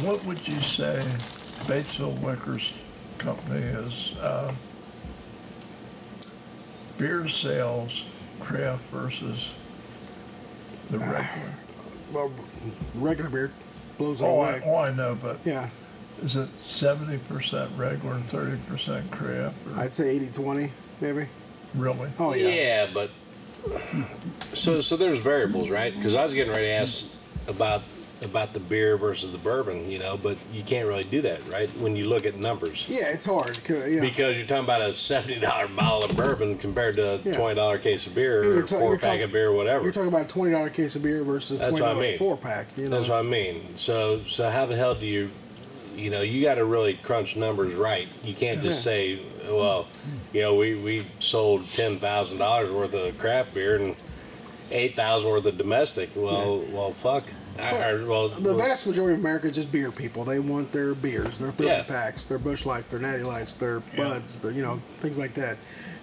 D: what would you say Batesville Liquors Company is uh, beer sales craft versus the regular?
A: well, regular beer blows it
D: Oh, I,
A: away.
D: oh, I know, but
A: Yeah,
D: is it seventy percent regular and thirty percent craft? Or
A: I'd say 80-20 maybe.
D: really?
A: Oh yeah.
C: but so so there's variables, right? Because I was getting ready to ask about about the beer versus the bourbon, you know, but you can't really do that, right? When you look at numbers.
A: Yeah, it's hard. 'cause, Yeah,
C: Because you're talking about a seventy dollar bottle of bourbon compared to a
A: Yeah.
C: twenty dollar case of beer
A: You're
C: or
A: ta-
C: four
A: you're
C: pack
A: talk-
C: of beer, or whatever.
A: you're talking about a twenty dollar case of beer versus a
C: That's
A: twenty
C: what I
A: dollar
C: mean.
A: four pack. You know,
C: That's what I mean. So so how the hell do you you know, you gotta really crunch numbers right. You can't just
A: Yeah.
C: say, Well, you know, we, we sold ten thousand dollars worth of craft beer and eight thousand worth of domestic. Well well fuck. I, I, well
A: The vast majority of Americans is beer people. They want their beers, their 30
C: Yeah.
A: packs, their Bush Lights, their Natty Lights, their Buds, their, you know, things like that.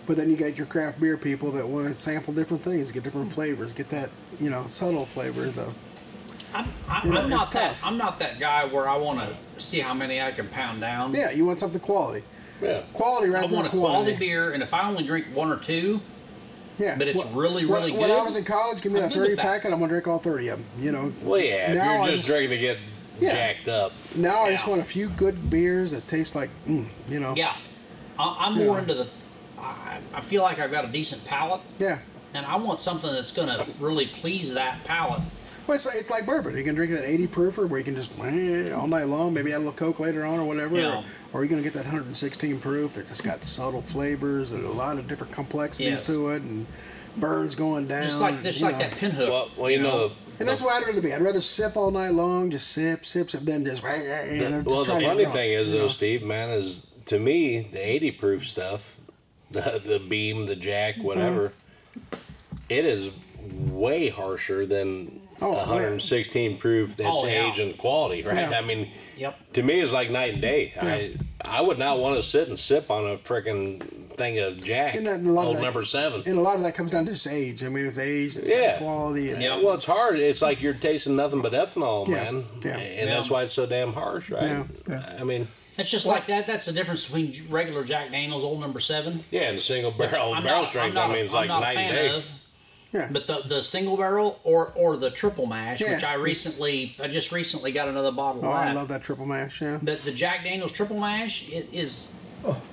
A: But then you got your craft beer people that want to sample different things, get different flavors, get that, you know, subtle flavor, though.
E: I'm, I'm,
A: You know,
E: I'm not
A: it's
E: that.
A: tough.
E: I'm not that guy where I want to see how many I can pound down.
A: Yeah, you want something quality.
C: yeah.
A: Quality
E: I
A: rather
E: want
A: than
E: a quality
A: quantity.
E: beer, and if I only drink one or two,
A: Yeah.
E: but it's
A: Wh-
E: really,
A: when-
E: really
A: When I
E: good.
A: was in college, give me
E: I'm
A: that
E: good with
A: 30
E: that.
A: pack and I'm going to drink all 30 of them, you know.
C: Well yeah, if
A: Now
C: you're
A: I
C: just,
A: just-
C: drinking to get
A: Yeah.
C: jacked up.
A: Now I just
E: Yeah.
A: want a few good beers that taste like, mm, you know.
E: yeah, I, I'm more into the. I, I feel like I've got a decent palate,
A: Yeah.
E: and I want something that's going to really please that palate.
A: Well, it's, it's like bourbon. You can drink that 80 proofer where you can just eh, all night long, maybe add a little Coke later on or whatever.
E: Yeah.
A: Or, or you're going to get that 116 proof that just got subtle flavors and a lot of different complexities
E: Yes.
A: to it and burns going down.
E: Just
C: Um,
E: like this,
A: you
E: like
A: know.
E: that pinhook.
C: Well well you know
A: And that's why I'd rather be. I'd rather sip all night long, just sip, sip, sip, then just. eh,
C: the,
A: Well,
C: well the funny thing is though, Steve, man, is to me the eighty proof stuff, the the beam, the jack,
A: Mm-hmm.
C: whatever, it is way harsher than
A: Oh,
C: a
A: man.
C: 116 proof that's
E: Oh, yeah.
C: age and quality, right?
A: Yeah.
C: I mean,
E: yep.
C: to me it's like night and day. I I would not want to sit and sip on a freaking thing of jack,
A: And that- and a lot of
C: old
A: that-
C: number seven.
A: And a lot of that comes down to just age. I mean, it's age, it's
C: Yeah.
A: quality. It's,
C: Yeah, well, it's hard. It's like you're tasting nothing but ethanol,
A: Yeah,
C: man.
A: yeah.
C: And
E: Yeah.
C: that's why it's so damn harsh, right?
A: Yeah,
C: I mean,
E: It's just like that. That's the difference between regular Jack Daniels, old number seven.
C: Yeah, and the single barrel Oh, barrel
E: I'm not- I'm
C: strength.
E: not
C: I mean,
E: a-
C: it's
E: I'm
C: like
E: not a
C: night and
E: fan
C: day.
E: of,
A: yeah.
E: But the, the single barrel or or the triple mash,
A: Yeah,
E: which I
A: it's-
E: recently I just recently got another bottle
A: Oh,
E: of that.
A: I love that triple mash. Yeah.
E: But the Jack Daniels triple mash it is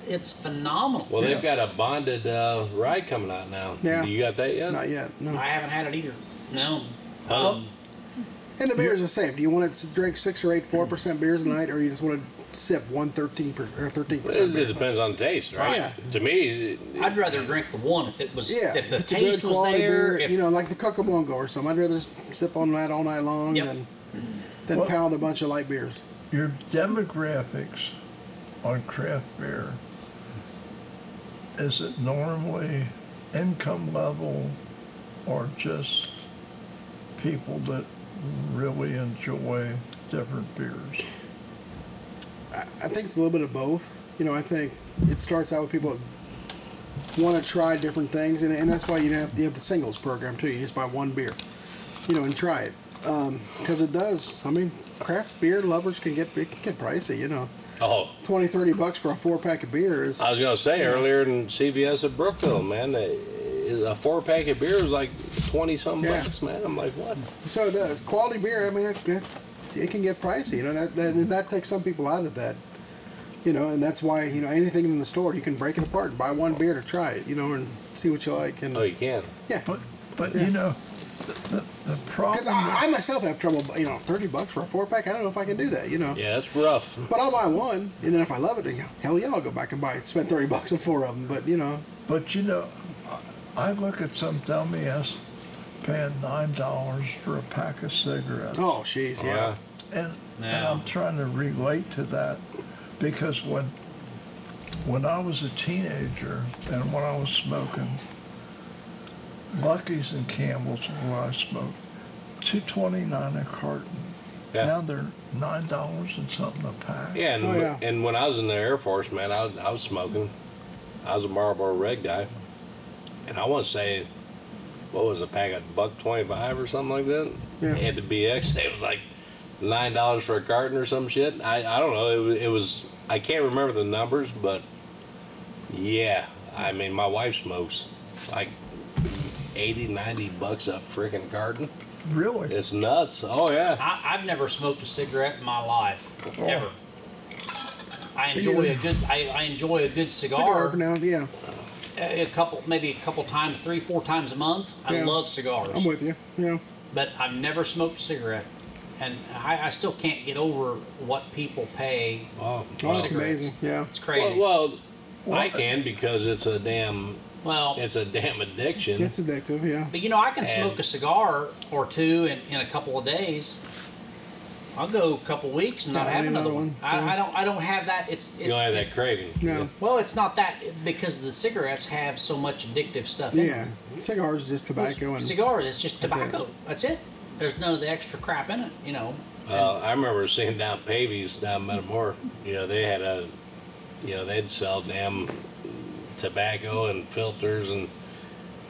E: it's phenomenal.
C: Oh. Well, they've got a bonded uh, rye coming out now.
A: Yeah.
C: You got that yet?
A: Not yet. No.
E: I haven't had it either. No.
C: Huh?
E: Um,
A: And the beer is the same. Do you want to drink six or eight four percent beers a night, or you just want to sip one thirteen per, or thirteen percent
E: Uh,
C: It, it
A: beer?
C: depends on taste, right?
A: Oh, Yeah.
C: To me,
E: I'd rather drink the one if it was
A: Yeah,
E: if the
A: it's a good
E: taste was
A: quality
E: there.
A: beer,
E: if,
A: you know, like the Cucamongo or something. I'd rather s- sip on that all night long
E: Yep.
A: than than
D: Well-
A: pound a bunch of light beers.
D: Your demographics on craft beer, is it normally income level or just people that really enjoy different beers?
A: I think it's a little bit of both. You know, I think it starts out with people that want to try different things, and, and that's why you have you have the singles program too. You just buy one beer, you know, and try it because it does. I mean, craft beer lovers can get it can get pricey. You know,
C: oh,
A: 20, 30 bucks for a four pack of beer is
C: I was gonna say earlier in CVS at Brookville, man, they, a four pack of beer is like twenty something
A: Yeah.
C: bucks, man. I'm like, what?
A: So it does. Quality beer, I mean, it, it, it can get pricey. You know, that, that and that takes some people out of that. You know, and that's why, you know, anything in the store, you can break it apart and buy one beer to try it, you know, and see what you like. And
C: Oh, you can.
A: yeah.
D: But, but you know, the, the, the problem.
A: Because I, I myself have trouble, you know, 30 bucks for a four pack. I don't know if I can do that, you know.
C: Yeah, that's rough.
A: But I'll buy one, and then if I love it, yeah, hell yeah, I'll go back and buy it. Spend 30 bucks on four of them, but, you know,
D: But you know, I look at some dummy ass paying nine dollars for a pack of cigarettes,
A: oh, jeez, yeah.
D: and and
E: Yeah.
D: I'm trying to relate to that because when when I was a teenager and when I was smoking, Lucky's and Campbell's were what I smoked two twenty nine a carton.
C: Yeah.
D: Now they're nine dollars and something a pack.
C: Yeah, and,
A: Oh, yeah.
C: and when I was in the Air Force, man, I, I was smoking. I was a Marlboro Red guy, and I want to say, what was a pack of buck twenty five or something like that?
A: Yeah.
C: It had to be X. It was like nine dollars for a carton or some shit. I, I don't know. It, wa- it was I can't remember the numbers, but yeah, I mean my wife smokes like 80, 90 bucks a freaking carton.
D: Really?
C: It's nuts. Oh yeah.
E: I, I've never smoked a cigarette in my life, ever. I enjoy a good. I, I enjoy a good
A: Cigar
E: cigar.
A: for now, yeah,
E: a a couple, maybe a couple times, three, four times a month. I
A: Yeah.
E: love cigars,
A: I'm with you. Yeah,
E: but I've never smoked a cigarette, and I, I still can't get over what people pay.
C: Wow.
A: oh, that's
E: Cigarettes.
A: amazing. Yeah,
E: It's
C: Well,
E: crazy. Well,
C: well, I can because it's a damn it's a damn addiction.
A: it's addictive. Yeah,
E: but you know, I can
C: And-
E: smoke a cigar or two in, in a couple of days. I'll go a couple weeks and not
A: Not
E: have
A: need
E: another,
A: another
E: one.
A: one,
E: I,
A: yeah.
E: I don't. I don't have that. It's.
C: you
E: it's
C: don't have that
E: it's-
C: craving.
A: no,
E: Well, it's not that because the cigarettes have so much addictive stuff. in
A: yeah. Cigars is just tobacco and
E: cigars. It's just
A: That's it.
E: tobacco. That's it. There's none of the extra crap in it. You know.
C: Uh, I remember seeing down Pavies down Metamore. You know they had a, you know they'd sell damn tobacco and filters and.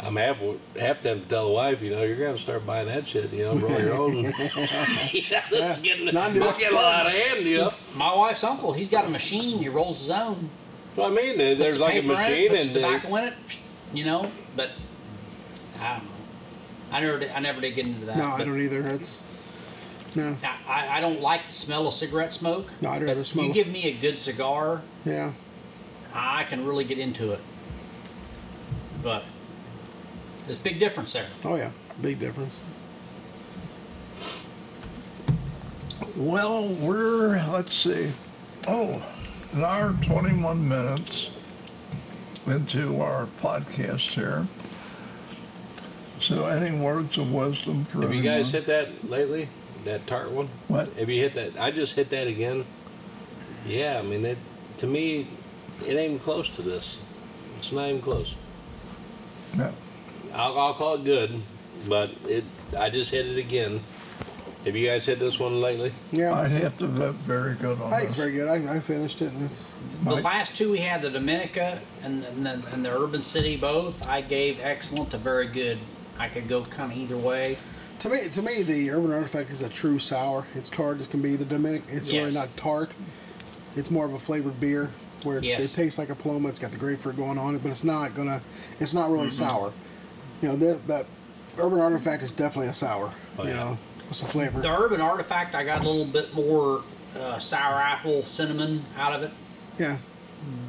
C: I'm half half tempted to tell the wife, you know, you're gonna start buying that shit, you know, roll your own. yeah, this is getting,
A: not
C: this
A: doing
C: is getting a lot of hand, you know.
E: My wife's uncle, he's got a machine. He rolls his own.
C: Well, I mean, there-
E: Puts
C: there's like a
E: paper in it,
C: machine,
E: puts
C: and uh, they-
E: tobacco in it. You know, but I don't know. I never, did, I never did get into that.
A: no, I
E: but
A: don't either. That's no,
E: I, I, I don't like the smell of cigarette smoke.
A: no, I'd rather smoke.
E: You give me a good cigar,
A: yeah,
E: I can really get into it. But there's a big difference there.
A: oh yeah, big difference.
D: Well, we're let's see. Oh, an hour and twenty-one minutes into our podcast here. So, any words of wisdom for
C: Have you guys
D: anyone?
C: hit that lately? That tart one?
D: What?
C: Have you hit that? I just hit that again. Yeah, I mean, it, to me, it ain't even close to this. It's not even close.
D: No.
C: I'll, I'll call it good, but it. I just hit it again. Have you guys hit this one lately?
A: Yeah,
D: I'd have to vote very good on
A: I think it's
D: this.
A: very good. I, I finished it. And it's,
E: The
D: Mike?
E: last two we had, the Dominica and and the, and the Urban City, both I gave excellent to very good. I could go kind of either way.
A: to me, to me, the Urban Artifact is a true sour. It's tart as can be. The Dominic, it's really
E: Yes.
A: not tart. It's more of a flavored beer where it,
E: Yes.
A: it tastes like a pluma. It's got the grapefruit going on it, but it's not gonna. It's not really sour. You know that that Urban Artifact is definitely a sour.
C: Oh,
A: you
C: yeah.
A: know, it's a flavor.
E: The Urban Artifact, I got a little bit more uh, sour apple, cinnamon out of it,
A: Yeah,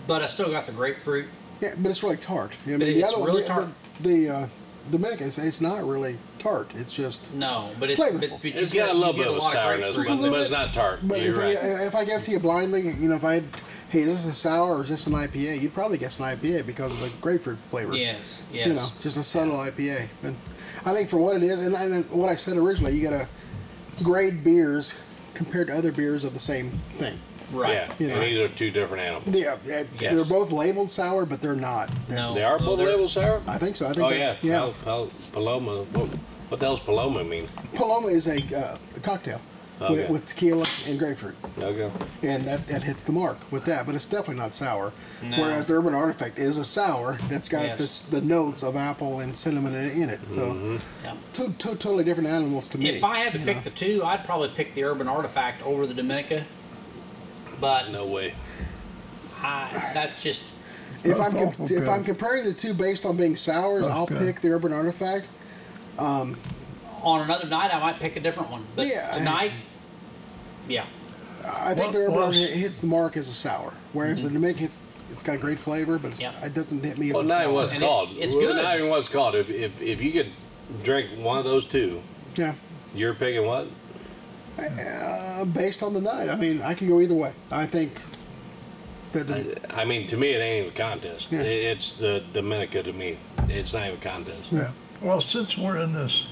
E: but I still got the grapefruit.
A: yeah, but it's really tart. I mean,
E: But
A: the
E: it's
A: other one,
E: really
A: the,
E: tart.
A: the, the uh, Dominic, it's, it's not really tart. It's just
E: No, but it's but,
A: Flavorful.
E: but you
C: It's
E: get
C: got a little
E: you get
C: bit of a
E: lot
C: sourness,
E: grapefruit.
C: but, but it's not tart.
A: But
C: You're
A: if,
C: right.
A: I, if I gave it to you blindly, you know, if I had, hey, is this a sour or is this an IPA? You'd probably guess an IPA because of the grapefruit flavor.
E: Yes, yes.
A: You know, just a subtle IPA. And I think for what it is, and, and what I said originally, you got to grade beers compared to other beers of the same thing.
E: right.
C: Yeah,
A: You know.
C: and these are two different animals.
A: Yeah, it-
E: Yes.
A: they're both labeled sour, but they're not. That's-
E: No.
C: They are
E: no,
C: both
E: they're-
C: labeled sour.
A: I think so. I think
C: Oh
A: they-
C: yeah,
A: yeah.
C: Pal- Pal- Paloma. What, what the hell's Paloma mean?
A: Paloma is a, uh, a cocktail
C: Okay.
A: with, with tequila and grapefruit.
C: Okay.
A: and that, that hits the mark with that. But it's definitely not sour. Whereas the Urban Artifact is a sour that's got
E: Yes.
A: this, the notes of apple and cinnamon in, in it. So
E: Yeah.
A: two, two totally different animals to me.
E: If I had to
A: you
E: pick
A: know.
E: the two, I'd probably pick the Urban Artifact over the Dominica. But
C: No way.
E: I, that's just
A: if I'm com-
D: Okay.
A: if I'm comparing the two based on being sour, I'll
D: Okay.
A: pick the Urban Artifact. Um,
E: on another night I might pick a different one. But
A: Yeah.
E: tonight, yeah,
A: I think
D: What
A: the Urban
D: was-
A: Artifact hits the mark as a sour, whereas the Dominican hits. It's got great flavor, but it's,
E: Yeah.
A: it doesn't hit me as
C: Well,
A: a
C: not
A: sour.
C: even what it's
E: And it's-
C: called.
E: it's
C: Well,
E: good.
C: Not even what it's called. If, if if you could drink one of those two,
A: Yeah,
C: you're picking what?
A: uh, based on the night, I mean, I can go either way. I think that the,
C: I mean, to me, it ain't even a contest.
A: Yeah.
C: It- It's the Dominica to me. It's not even a contest.
D: Yeah. Well, since we're in this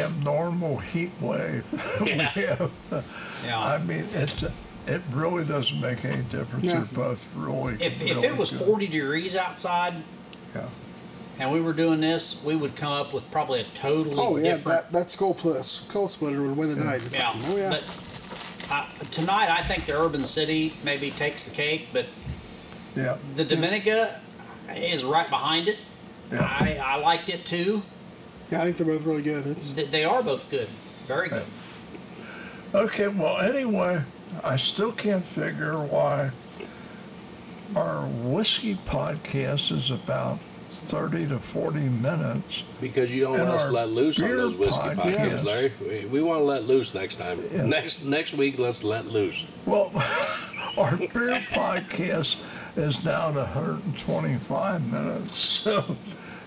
D: abnormal heat wave, we
C: Yeah.
D: have,
E: yeah.
D: I mean, it's, it really doesn't make any difference.
A: No.
D: They're both really
E: if,
D: really
E: if it was
D: good.
E: 40 degrees outside,
D: Yeah.
E: and we were doing this, we would come up with probably a totally
A: Oh yeah,
E: different.
A: that that skull plus skull splitter would win the night. It's
E: yeah,
A: like, oh yeah.
E: But I, tonight, I think the Urban City maybe takes the cake, but
D: Yeah.
E: the Dominica is right behind it.
D: Yeah.
E: I, I liked it too.
A: yeah, I think they're both really good. It's
E: Th- They are both good. Very good.
D: Okay, well, anyway, I still can't figure why our whiskey podcast is about 30 to 40 minutes.
C: Because you don't
D: And
C: want us to
D: our
C: let loose on
D: beer
C: those whiskey
D: podcast.
C: podcasts, Larry. We, we want to let loose next time.
D: Yeah.
C: Next next week, let's let loose.
D: Well, our beer podcast is down to 125 minutes, so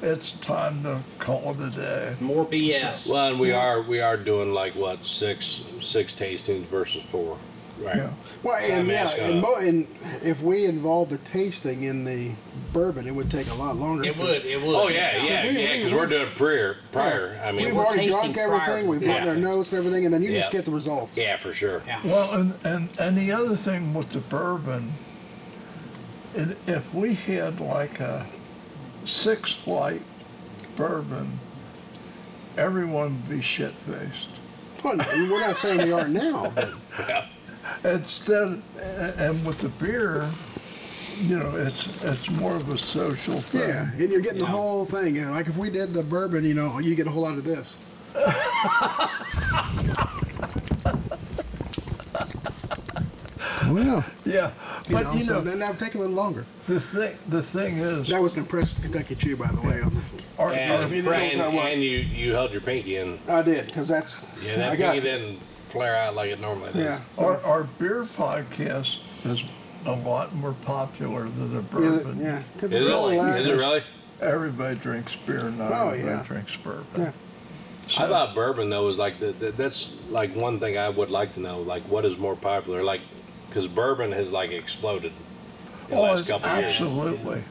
D: it's time to call it a day.
E: More BS.
C: Well, and we are we are doing like what six six tastings versus four, right?
D: Yeah.
A: well, and
C: I'm
A: yeah,
C: asking
A: and,
C: up.
A: mo- and if we involve the tasting in the bourbon, it would take a lot longer.
E: it would. It would.
C: Oh yeah, yeah,
A: we-
C: yeah.
A: we-
C: Because we're doing prior prior. I mean,
A: We've
E: we're
C: we're-
A: already
E: tasting
A: drunk everything.
E: prior.
A: We've written
C: Yeah.
A: our notes and everything, and then you just
C: Yeah.
A: get the results.
C: yeah, for sure.
E: Yeah.
D: Well, and, and, and the other thing with the bourbon, it, if we had like a six flight bourbon, everyone would be shit faced.
A: Well, we're not saying we are now. But
D: Instead, a- and with the beer, you know, it's it's more of a social thing.
A: yeah, and you're getting the whole thing. And like if we did the bourbon, you know, you get a whole lot of this. Wow.
D: Yeah,
A: You
D: but
A: know,
D: you know,
A: so then that would take a little longer.
D: the thing the thing is,
A: That was an impressive Kentucky Chew, by the way. on the-
D: our,
C: And,
A: Yeah, if you didn't
C: and,
A: know what that was.
C: and you you held your pinky in.
A: I did, because that's.
C: Yeah, that
A: I got
C: pinky didn't flare out like it normally does.
A: Yeah. so-
D: our, our beer podcast is a lot more popular than the bourbon.
A: yeah, yeah, 'cause
C: Is
A: it's
C: it
A: all
C: really? Is it
A: lacquer.
C: really?
D: Everybody drinks beer now.
A: Oh,
D: everybody
A: yeah.
D: drinks bourbon.
A: Yeah.
C: I thought bourbon though was like the, the, that's like one thing I would like to know. Like, what is more popular? Like, because bourbon has like exploded the
D: Oh,
C: last
D: it's
C: couple of years.
D: absolutely.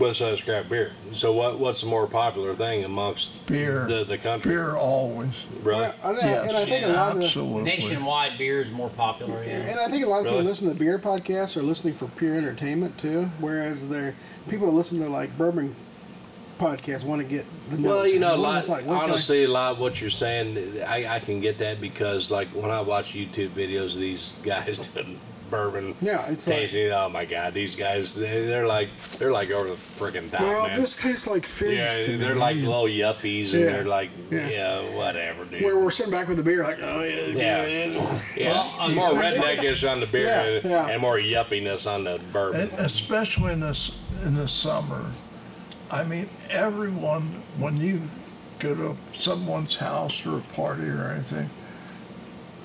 C: But so is craft beer. So what what's the more popular thing amongst
D: Beer.
C: the the country?
D: Beer always.
C: Really?
A: Yeah, and, I-
D: Yes,
A: and I think a lot of the,
D: absolutely.
E: Nationwide beer is more popular. Yeah.
A: And I think a lot of people
C: Really?
A: listen to beer podcasts are listening for pure entertainment too, whereas they're people that listen to like bourbon podcasts want to get the
C: Well,
A: notes.
C: you know, a
A: We're
C: lot,
A: just like, what can I-
C: honestly, a lot of what you're saying, I, I can get that because, like, when I watch YouTube videos of these guys doing bourbon
A: yeah, it's like,
C: tasting, oh my god, these guys, they, they're like, they're like over the freaking top,
A: well,
C: man.
A: this tastes like figs
C: yeah,
A: to
C: they're
A: me.
C: like little yuppies, and
A: Yeah,
C: they're like,
A: yeah.
C: yeah, whatever, dude.
A: Where we're sitting back with the beer, like, oh yeah,
C: yeah, yeah.
E: Well, um,
C: more redneckish on the beer
A: Yeah,
C: and,
A: yeah.
C: and more yuppiness on the bourbon.
D: And E-, especially in this in the summer. I mean, everyone when you go to someone's house or a party or anything,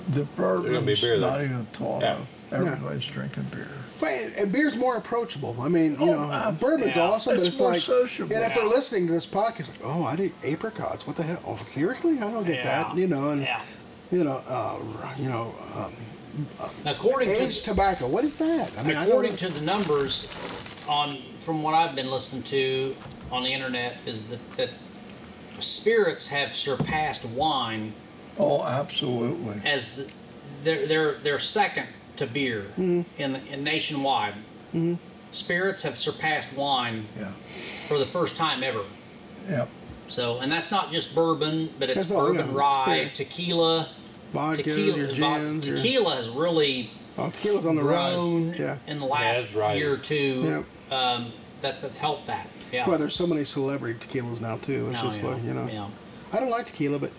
D: the
C: be
D: bourbon's
C: beer there.
D: not even thought
C: Yeah.
D: of. Everybody's drinking beer.
A: But, and beer's more approachable. I mean, you
D: Oh,
A: know,
D: uh,
A: bourbon's
E: yeah.
A: awesome, but
D: It's
A: it's
D: more
A: like,
D: sociable.
A: and if they're
E: Yeah.
A: listening to this podcast, like, oh, I did apricots. What the hell? Oh, seriously? I don't get
E: Yeah.
A: that. You know, and
E: Yeah.
A: you know, uh, you know, um,
E: According to
A: aged tobacco. What is that? I mean, I don't.
E: according to the numbers on from what I've been listening to on the internet is that, that spirits have surpassed wine
D: Oh, absolutely.
E: as the, they're, they're they're second to beer
A: Mm-hmm.
E: in, in nationwide. Spirits have surpassed wine
D: Yeah.
E: for the first time ever.
D: Yeah.
E: So, and that's not just bourbon, but it's
A: That's all,
E: bourbon,
A: yeah,
E: rye,
A: spirit.
E: tequila.
A: vodka,
E: Tequila,
A: your
E: vo-
A: gins, your-
E: tequila has really
A: oh, tequila's on the
E: grown
A: rise. Yeah.
E: in the
C: that's
E: last
C: right.
E: year or two.
A: Yeah.
E: Um, that's that's helped that. Yeah.
A: Well, there's so many celebrity tequilas now too. It's
E: No,
A: just
E: yeah,
A: like you know,
E: yeah.
A: I don't like tequila, but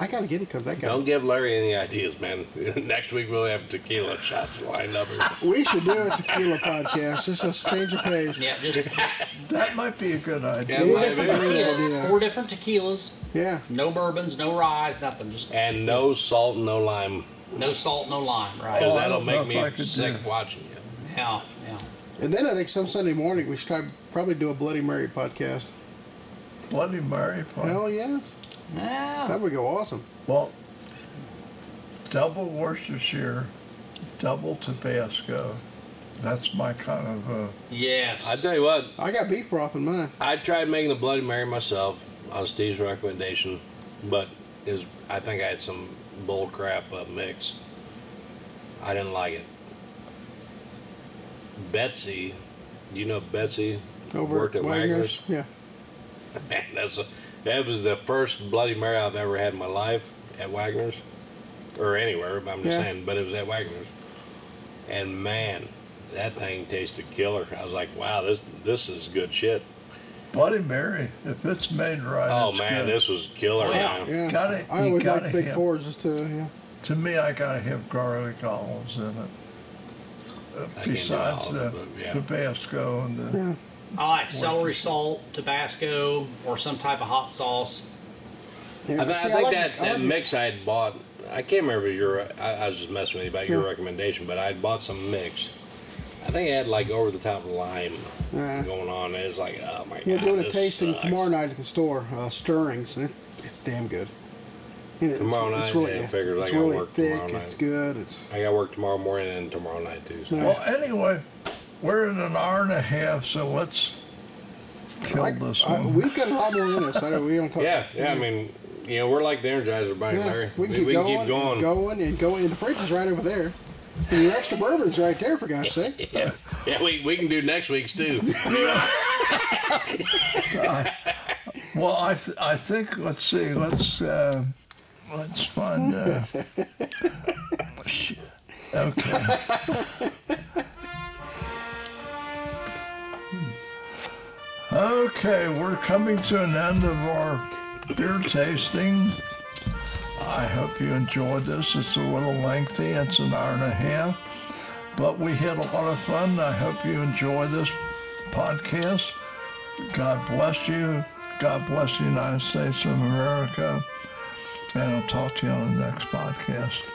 A: I gotta get it because that guy.
C: Don't give Larry any ideas, man. Next week we'll have tequila shots lined up.
A: We should do a tequila podcast. Just a change of pace.
E: Yeah, just, just
D: That might be a good idea.
A: Yeah,
C: might
A: that's
C: be.
A: a great
E: tequila,
A: idea.
E: four different tequilas,
A: Yeah.
E: no bourbons, no ryes, nothing. Just
C: And no salt, no lime,
E: no salt, no lime. Right.
C: because
D: Oh, I
C: that'll
D: don't know
C: make
D: if I
C: me
D: could do
C: sick
D: it.
C: watching you.
E: Yeah, yeah.
A: And then I think some Sunday morning we should try, probably do a Bloody Mary podcast.
D: Bloody Mary. probably.
A: Hell yes,
E: Yeah.
A: that would go awesome.
D: Well, double Worcestershire, double Tabasco. That's my kind of uh,
C: I
E: Yes.
C: tell you what,
A: I got beef broth in mine.
C: I tried making the Bloody Mary myself on Steve's recommendation, but it was, I think I had some bull crap uh, mix. I didn't like it. Betsy, you know Betsy
A: Over
C: worked at
A: Wagner's.
C: Wagner's.
A: Yeah.
C: Man, that's a, that was the first Bloody Mary I've ever had in my life at Wagner's, or anywhere. But I'm just
A: Yeah.
C: saying, but it was at Wagner's, and man, that thing tasted killer. I was like, wow, this this is good shit.
D: Bloody Mary, if it's made right,
C: oh
D: it's
C: man,
D: good.
C: this was killer.
E: Oh, yeah.
C: man.
A: Yeah,
D: Got it.
A: I
D: You
A: always
D: got
A: like
D: it,
A: big
D: yeah.
A: fours too. Yeah.
D: to me, I gotta have garlic olives in it.
C: I
D: Uh,
C: can't do
D: Besides the
C: olive, but yeah.
D: Tabasco and the,
A: Yeah.
E: I like celery salt, Tabasco, or some type of hot sauce.
A: yeah.
C: I, th-
A: See,
C: I think
A: like-
C: that,
A: I
C: that
A: like-
C: mix I had bought, I can't remember if it was your, I, I was just messing with you about your recommendation, but I had bought some mix. I think it had like over the top lime
A: Yeah.
C: going on. It's like, oh my
A: Uh-huh. We're
C: god.
A: doing a
C: this
A: tasting
C: sucks.
A: tomorrow night at the store, uh, Stirrings, and it, it's damn good. And it's,
C: Tomorrow night? Yeah, I figured I
A: it's
C: gotta
A: really
C: work
A: thick.
C: tomorrow night.
A: It's good. It's
C: I got work tomorrow morning and tomorrow night too. So.
A: Yeah.
D: well, anyway, we're in an hour and a half, so let's kill
A: I,
D: this
A: I,
D: one.
A: we've got a lot more in us. I don't, we don't talk.
C: Yeah, yeah, I mean, you know, we're like the Energizer Bunny,
A: Yeah,
C: Larry.
A: we can keep going,
C: keep going.
A: and going, and going. And the fridge is right over there. And your extra bourbon's right there, for God's sake.
C: Yeah, yeah we, we can do next week's too.
D: Well, I, th- I think let's see, let's uh, let's find. Uh, shit. okay. Okay, we're coming to an end of our beer tasting. I hope you enjoyed this. It's a little lengthy. It's an hour and a half, but we had a lot of fun. I hope you enjoy this podcast. God bless you. God bless the United States of America. And I'll talk to you on the next podcast.